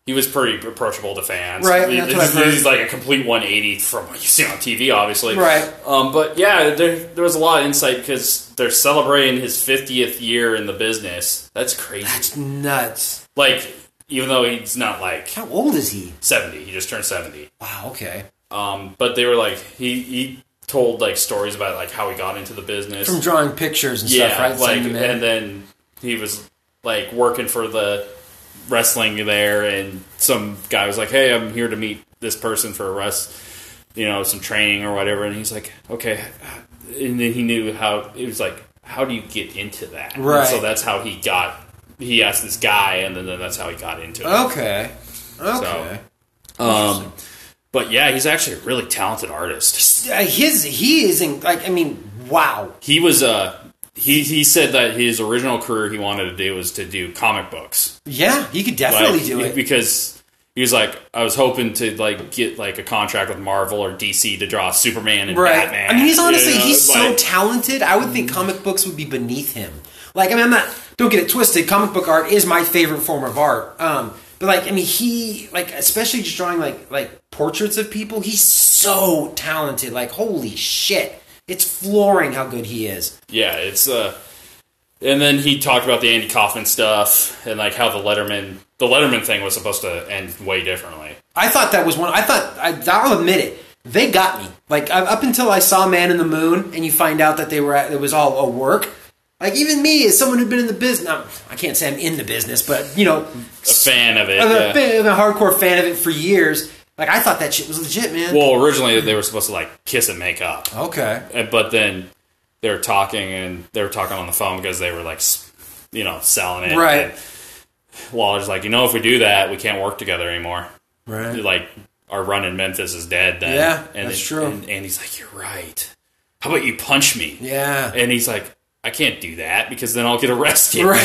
B: he was pretty approachable to fans.
A: Right,
B: He-
A: that's what I've heard.
B: he's like a complete 180 from what you see on TV, obviously.
A: Right.
B: Um, but yeah, there there was a lot of insight because they're celebrating his 50th year in the business. That's crazy.
A: That's nuts.
B: like, even though he's not like
A: How old is he?
B: 70, he just turned 70.
A: Wow. Ah, Okay.
B: Um, but they were like he he told like stories about like how he got into the business.
A: from drawing pictures and
B: yeah,
A: stuff, right?
B: like
A: Sending them in.
B: and then he was like working for the wrestling there, and some guy was like, "Hey, I'm here to meet this person for a rest, you know, some training or whatever." And he's like, "Okay," and then he knew how it was like. How do you get into that? And
A: Right.
B: so that's how he got. He asked this guy, and then, then that's how he got into it.
A: okay, okay.
B: Um, but yeah, he's actually a really talented artist.
A: Uh, his he is in like I mean, wow.
B: he was uh he he said that his original career he wanted to do was to do comic books
A: Yeah, he could
B: Like,
A: definitely do it.
B: because he was like i was hoping to like get like a contract with marvel or dc to draw superman and
A: Right.
B: batman
A: I mean, he's honestly
B: you know,
A: he's so
B: like- Mm.
A: talented. I would think comic books would be beneath him. Like I mean, I'm not. Don't get it twisted. Comic book art is my favorite form of art. Um, but like I mean, he like especially just drawing like like portraits of people. He's so talented. Like holy shit, it's flooring how good he is.
B: yeah it's uh and then he talked about the andy kaufman stuff and like how the letterman the letterman thing was supposed to end way differently
A: I thought that was one. I thought I, I'll admit it. They got me. Like I, up until I saw Man in the Moon, and you find out that they were at, it was all a work. Like even me, as someone who'd been in the business, I'm- I can't say I'm in the business, but you know,
B: a fan of it
A: I'm
B: yeah.
A: a, fan, I'm a hardcore fan of it for years. Like I thought that shit was legit, man.
B: well originally they were supposed to like kiss and make up
A: okay,
B: And- but then they were talking and they were talking on the phone because they were like s- you know selling it
A: Right.
B: and Lawler's like you know if we do that we can't work together anymore
A: right.
B: like our run in Memphis is dead then
A: Yeah,
B: and
A: that's
B: then-
A: true.
B: and Andy's like you're right how about you punch me
A: yeah.
B: and he's like I can't do that because then I'll get arrested
A: Right.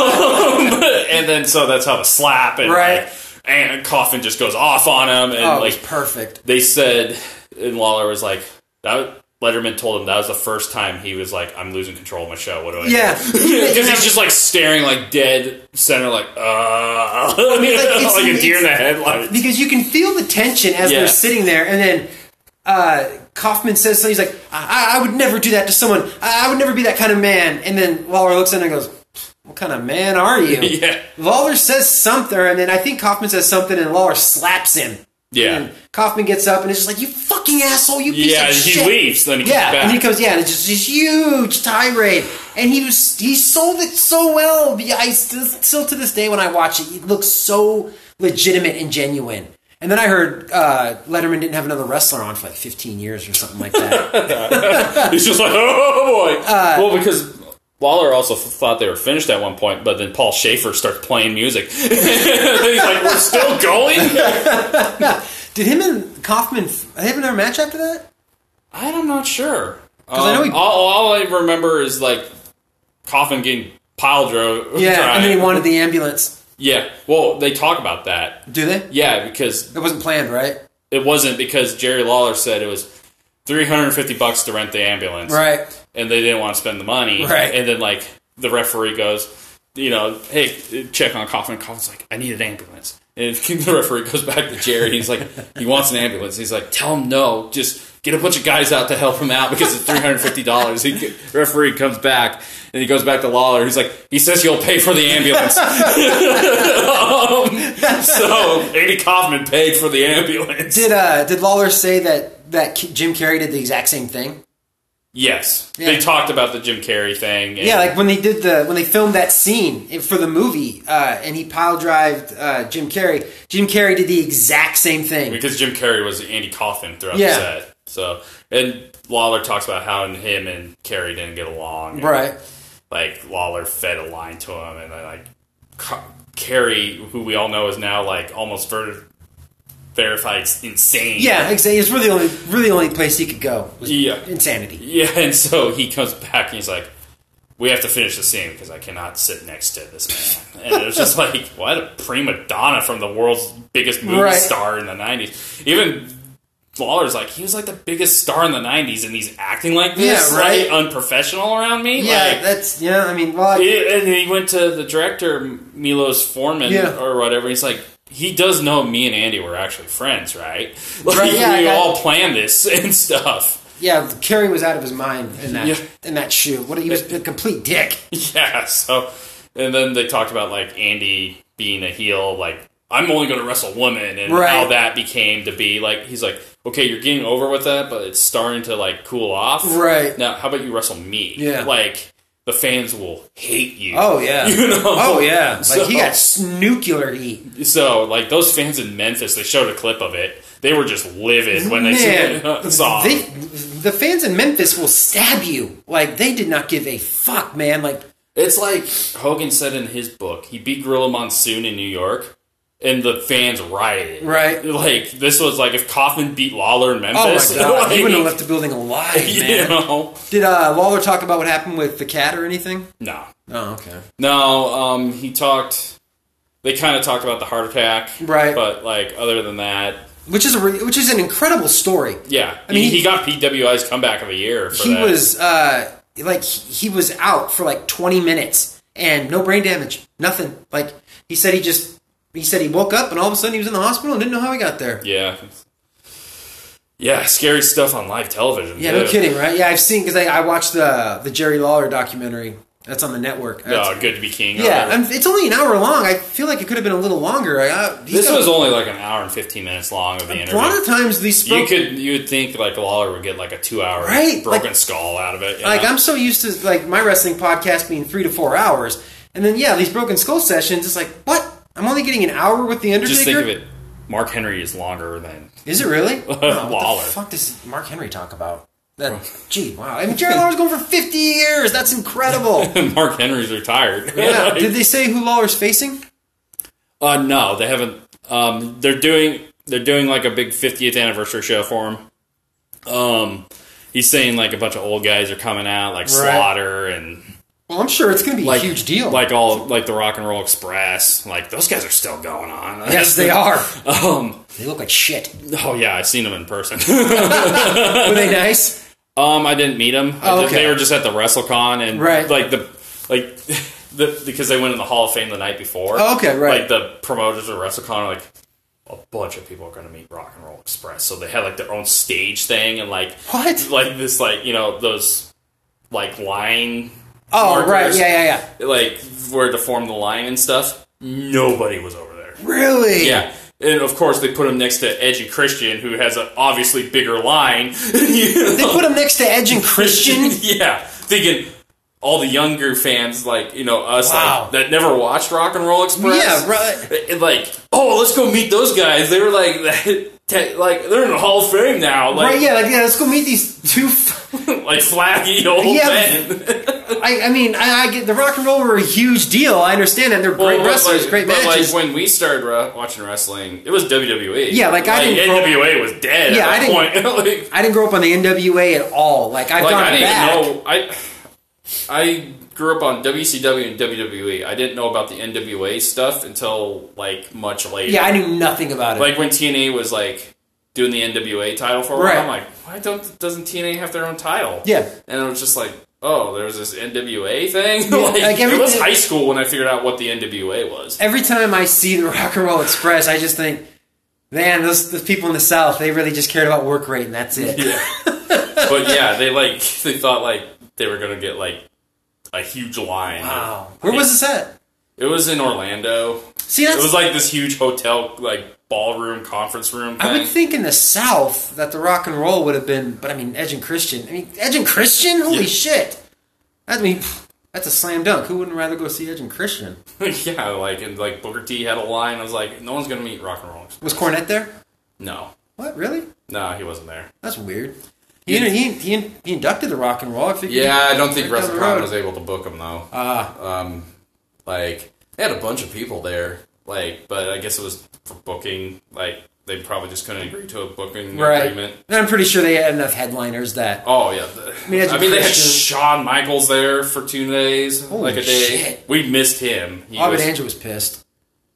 B: and then so that's how the slap and
A: Right.
B: like, and Coffin just goes off on him and
A: Oh, it was
B: like
A: perfect.
B: they said, and Lawler was like, that Letterman told him that was the first time he was like, I'm losing control of my show. What do I
A: Yeah.
B: do? Because he's just like staring like dead center, like, uh, you know,
A: it's-
B: like a deer in the
A: it's-
B: headlights.
A: because you can feel the tension as
B: Yeah.
A: they're sitting there, and then uh, Kaufman says something. He's like, I-, "I would never do that to someone. I-, I would never be that kind of man." And then Lawler looks at him and goes, "What kind of man are you?"
B: Yeah.
A: Lawler says something, and then I think Kaufman says something, and Lawler slaps him.
B: Yeah.
A: And Kaufman gets up and it's just like, you fucking asshole, you piece
B: yeah,
A: of
B: he
A: shit.
B: leaves, then he
A: Yeah,
B: comes back.
A: and he comes. Yeah, and it's just this huge tirade, and he was he sold it so well. Yeah, I still, still to this day when I watch it, it looks so legitimate and genuine. And then I heard uh, Letterman didn't have another wrestler on for like 15 years or something like that.
B: He's just like, oh boy.
A: Uh,
B: well, because Lawler also f- thought they were finished at one point, but then Paul Schaefer starts playing music. He's like, we're still going.
A: Did him and Kaufman f- they have another match after that?
B: I'm not sure.
A: I know
B: Um,
A: he-
B: all, all I remember is like Coffin getting pile drove.
A: Yeah, and then he
B: drive.
A: wanted the ambulance.
B: Yeah. Well, they talk about that.
A: Do they?
B: Yeah, because
A: It wasn't planned, right?
B: it wasn't because Jerry Lawler said it was 350 bucks to rent the ambulance.
A: Right.
B: and they didn't want to spend the money.
A: Right.
B: And then like the referee goes, you know, hey, check on Coffin. Coffin's like, I need an ambulance. And the referee goes back to Jerry. He's like, he wants an ambulance. He's like, tell him no. Just get a bunch of guys out to help him out because it's three hundred fifty dollars. The referee comes back and he goes back to Lawler. He's like, he says he'll pay for the ambulance. Um, so Andy Kaufman paid for the ambulance.
A: Did uh, did Lawler say that that K- Jim Carrey did the exact same thing?
B: yes,
A: Yeah.
B: they talked about the Jim Carrey thing. and-
A: Yeah, like when they did the when they filmed that scene i- for the movie, uh, and he pile drived uh, Jim Carrey. Jim Carrey did the exact same thing.
B: because Jim Carrey was Andy Coffin throughout
A: Yeah.
B: the set. So and Lawler talks about how him and Carrey didn't get along. and,
A: Right.
B: Like Lawler fed a line to him, and then, like Co- Carrey, who we all know is now like almost ver- verified insane.
A: Yeah, exactly. It's really the only really the only place he could go. Was
B: Yeah.
A: insanity.
B: Yeah, and so he comes back and he's like, "We have to finish the scene because I cannot sit next to this man." And it was just like, what a prima donna from the world's biggest movie
A: Right.
B: star in the '90s. Even Lawler's like, he was like the biggest star in the '90s, and he's acting like this,
A: Yeah,
B: right?
A: right.
B: Unprofessional around me.
A: Yeah,
B: Like,
A: that's yeah. I mean, well, I-
B: yeah, and he went to the director Milos Forman
A: Yeah.
B: or whatever. He's like, he does know me and Andy were actually friends, right? Like,
A: Right, yeah, I
B: we
A: got-
B: all planned this and stuff.
A: yeah, Carrey was out of his mind in that
B: Yeah.
A: in that shoot. What he was a complete dick.
B: Yeah, so and then they talked about like Andy being a heel, like I'm only going to wrestle women, and
A: Right.
B: how that became to be like he's like, okay, you're getting over with that, but it's starting to like cool off.
A: Right.
B: now, how about you wrestle me?
A: Yeah.
B: like the fans will hate you.
A: Oh yeah.
B: you know.
A: Oh yeah. Like
B: so,
A: he got snucular heat.
B: so like those fans in Memphis. They showed a clip of it. They were just livid when they
A: Man,
B: saw.
A: they,
B: him.
A: the fans in Memphis will stab you. Like they did not give a fuck, man. Like
B: It's like Hogan said in his book, he beat Gorilla Monsoon in New York, and the fans rioted.
A: Right.
B: Like this was like if Kaufman beat Lawler in
A: oh
B: Memphis.
A: my god,
B: like,
A: he wouldn't have left the building alive,
B: You
A: man.
B: know?
A: Did uh, Lawler talk about what happened with the cat or anything?
B: No,
A: Oh, okay.
B: no. Um, he talked. They kind of talked about the heart attack,
A: Right.
B: But like other than that,
A: Which is a re- which is an incredible story.
B: yeah.
A: mean,
B: he,
A: he-
B: he got PWI's comeback of the year. For
A: he
B: that.
A: was uh, like he was out for like 20 minutes and no brain damage, nothing. Like he said, he just he said he woke up and all of a sudden he was in the hospital and didn't know how he got there.
B: yeah, yeah. Scary stuff on live television.
A: Yeah, no
B: too.
A: kidding, right? Yeah, I've seen because I, I watched the the Jerry Lawler documentary. That's on the network. That's-
B: Oh, good to be king. or
A: yeah,
B: whatever.
A: I'm, it's only an hour long. I feel like it could have been a little longer. I, uh, he's
B: This
A: got-
B: was only like an hour and fifteen minutes long of the
A: a
B: interview.
A: lot of times these
B: you
A: spoke.
B: could you would think like Lawler would get like a two hour
A: Right,
B: broken
A: like-
B: skull out of it. you
A: like
B: know?
A: I'm so used to like my wrestling podcast being three to four hours, and then yeah, these broken skull sessions. It's like what? I'm only getting an hour with the Undertaker.
B: just think of it. Mark Henry is longer than
A: Is it really? Oh,
B: Lawler.
A: What the fuck does Mark Henry talk about? That gee, wow. I mean, Jerry Lawler's going for 50 years. That's incredible.
B: Mark Henry's retired.
A: Yeah.
B: Like,
A: Did they say who Lawler's facing?
B: uh, no, they haven't. Um, they're doing they're doing like a big fiftieth anniversary show for him. Um, he's saying like a bunch of old guys are coming out, like Slaughter and
A: Well, I'm sure it's going to be
B: like
A: a huge deal.
B: like all like the Rock and Roll Express. Like those guys are still going on.
A: yes, they are.
B: Um,
A: They look like shit.
B: Oh yeah, I've seen them in person.
A: Were they nice?
B: um, I didn't meet them.
A: Oh, okay.
B: They were just at the WrestleCon and
A: Right.
B: like the like the because they went in the Hall of Fame the night before.
A: Oh, okay, right.
B: Like the promoters of WrestleCon are like a bunch of people are going to meet Rock and Roll Express, so they had like their own stage thing and like
A: What?
B: like this like you know those like line
A: Oh,
B: markers,
A: right. Yeah, yeah, yeah.
B: like where to form the line and stuff. Nobody was over there.
A: Really?
B: Yeah, And of course, they put him next to Edge and Christian, who has an obviously bigger line. You
A: They
B: know?
A: put him next to Edge and Christian.
B: yeah, thinking all the younger fans, like you know us, like,
A: Wow.
B: that never watched Rock and Roll Express.
A: Yeah, right.
B: And like, oh, let's go meet those guys. They were like, te- like they're in the Hall of Fame now. Like,
A: right? Yeah, like yeah. Let's go meet these two. F-
B: like flaggy old
A: Yeah.
B: men.
A: I, I mean, I, I get the Rock and Roll were a huge deal. I understand that they're great
B: Well, but,
A: wrestlers,
B: like-
A: great
B: but
A: matches.
B: like when we started re- watching wrestling, it was E. WWE.
A: Yeah, like, I didn't grow-
B: NWA was dead.
A: Yeah,
B: at
A: I
B: that
A: didn't-
B: point. like,
A: I didn't grow up on the NWA at all. Like I've
B: like,
A: gone
B: I didn't
A: back.
B: even know. I I grew up on WCW and WWE. I didn't know about the NWA stuff until like much later.
A: Yeah, I knew nothing about it.
B: like when TNA was like doing the NWA title for a
A: Right.
B: while. I'm like, why don't doesn't TNA have their own title?
A: Yeah.
B: and it was just like. Oh, there was this NWA thing. like,
A: like
B: it was
A: everything-
B: high school when I figured out what the NWA was.
A: Every time I see the Rock and Roll Express, I just think, man, those, those people in the South, they really just cared about work rate, and that's it.
B: but yeah, they like they thought like they were gonna get like a huge line.
A: Wow. Where was this at?
B: It was in Orlando.
A: See,
B: It
A: that's.
B: was like this huge hotel, like ballroom, conference room
A: I
B: thing.
A: would think in the South that the rock and roll would have been, but I mean, Edge and Christian. I mean, Edge and Christian? Holy
B: Yeah.
A: shit. I mean, pff, that's a slam dunk. Who wouldn't rather go see Edge and Christian?
B: yeah, like and like Booker T had a line. I was like, no one's gonna meet rock and roll.
A: Was Cornette there?
B: No,
A: What, really?
B: no, he wasn't there.
A: That's weird. He, he, he, he inducted the rock and roll. I figured
C: Yeah, I don't think
A: Right down the road.
C: WrestleCon was able to book him though. Ah, um, like they had a bunch of people there.
B: Like, but I guess it was for booking. Like they probably just couldn't agree to a booking
A: Right.
B: agreement.
A: And I'm pretty sure they had enough headliners that.
B: Oh yeah, the- I
A: mean,
B: mean,
A: that's
B: they had
A: Christian.
B: Shawn Michaels there for two days,
A: Holy
B: like a day.
A: shit.
B: We missed him. He
A: Bob
B: was-
A: and Andrew was pissed.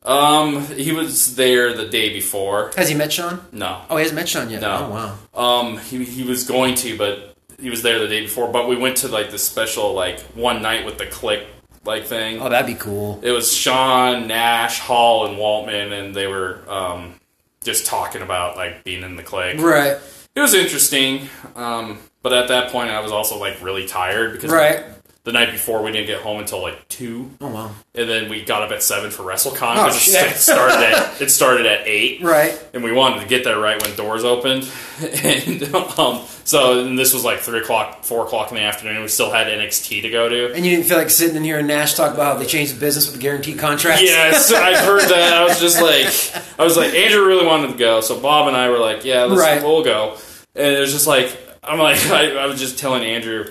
B: Um, he was there the day before.
A: Has he met Sean?
B: No.
A: Oh, he hasn't met Sean yet.
B: No.
A: Oh, wow.
B: Um, he, he was going to, but he was there the day before. But we went to like this special like one night with the click like thing.
A: Oh, that'd be cool.
B: It was Sean Nash, Hall, and Waltman, and they were um just talking about like being in the click.
A: Right.
B: It was interesting. Um, but at that point, I was also like really tired because
A: Right.
B: the night before we didn't get home until like two.
A: Oh, wow.
B: and then we got up at seven for WrestleCon because
A: shit.
B: it started at it started at eight,
A: Right.
B: and we wanted to get there right when doors opened, and um, so and this was like three o'clock, four o'clock in the afternoon. We still had NXT to go to.
A: And you didn't feel like sitting in here and Nash talk about how they changed the business with the guaranteed contracts?
B: Yes, I've heard that. I was just like, I was like, Andrew really wanted to go, so Bob and I were like, yeah, let's,
A: Right.
B: we'll go. And it was just like, I'm like, I, I was just telling Andrew,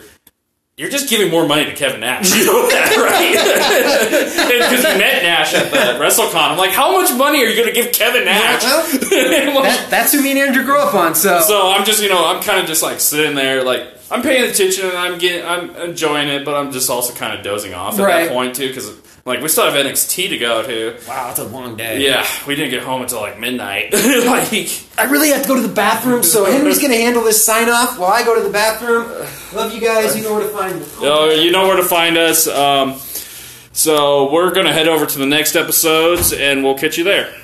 B: you're just giving more money to Kevin Nash. You know that, right? Because we met Nash at the WrestleCon. I'm like, how much money are you going to give Kevin Nash?
A: Well,
B: I'm like,
A: that, that's who me and Andrew grew up on, so.
B: so I'm just, you know, I'm kind of just like sitting there, like I'm paying attention and I'm getting, I'm enjoying it, but I'm just also kind of dozing off at
A: Right.
B: that point too, because like we still have NXT to go to.
A: wow, it's a long day.
B: Yeah, we didn't get home until like midnight. like,
A: I really have to go to the bathroom, so Henry's going to handle this sign off while I go to the bathroom. Love you guys. You know where to find me.
B: oh, you know where to find us. Um, so we're gonna head over to the next episodes, and we'll catch you there.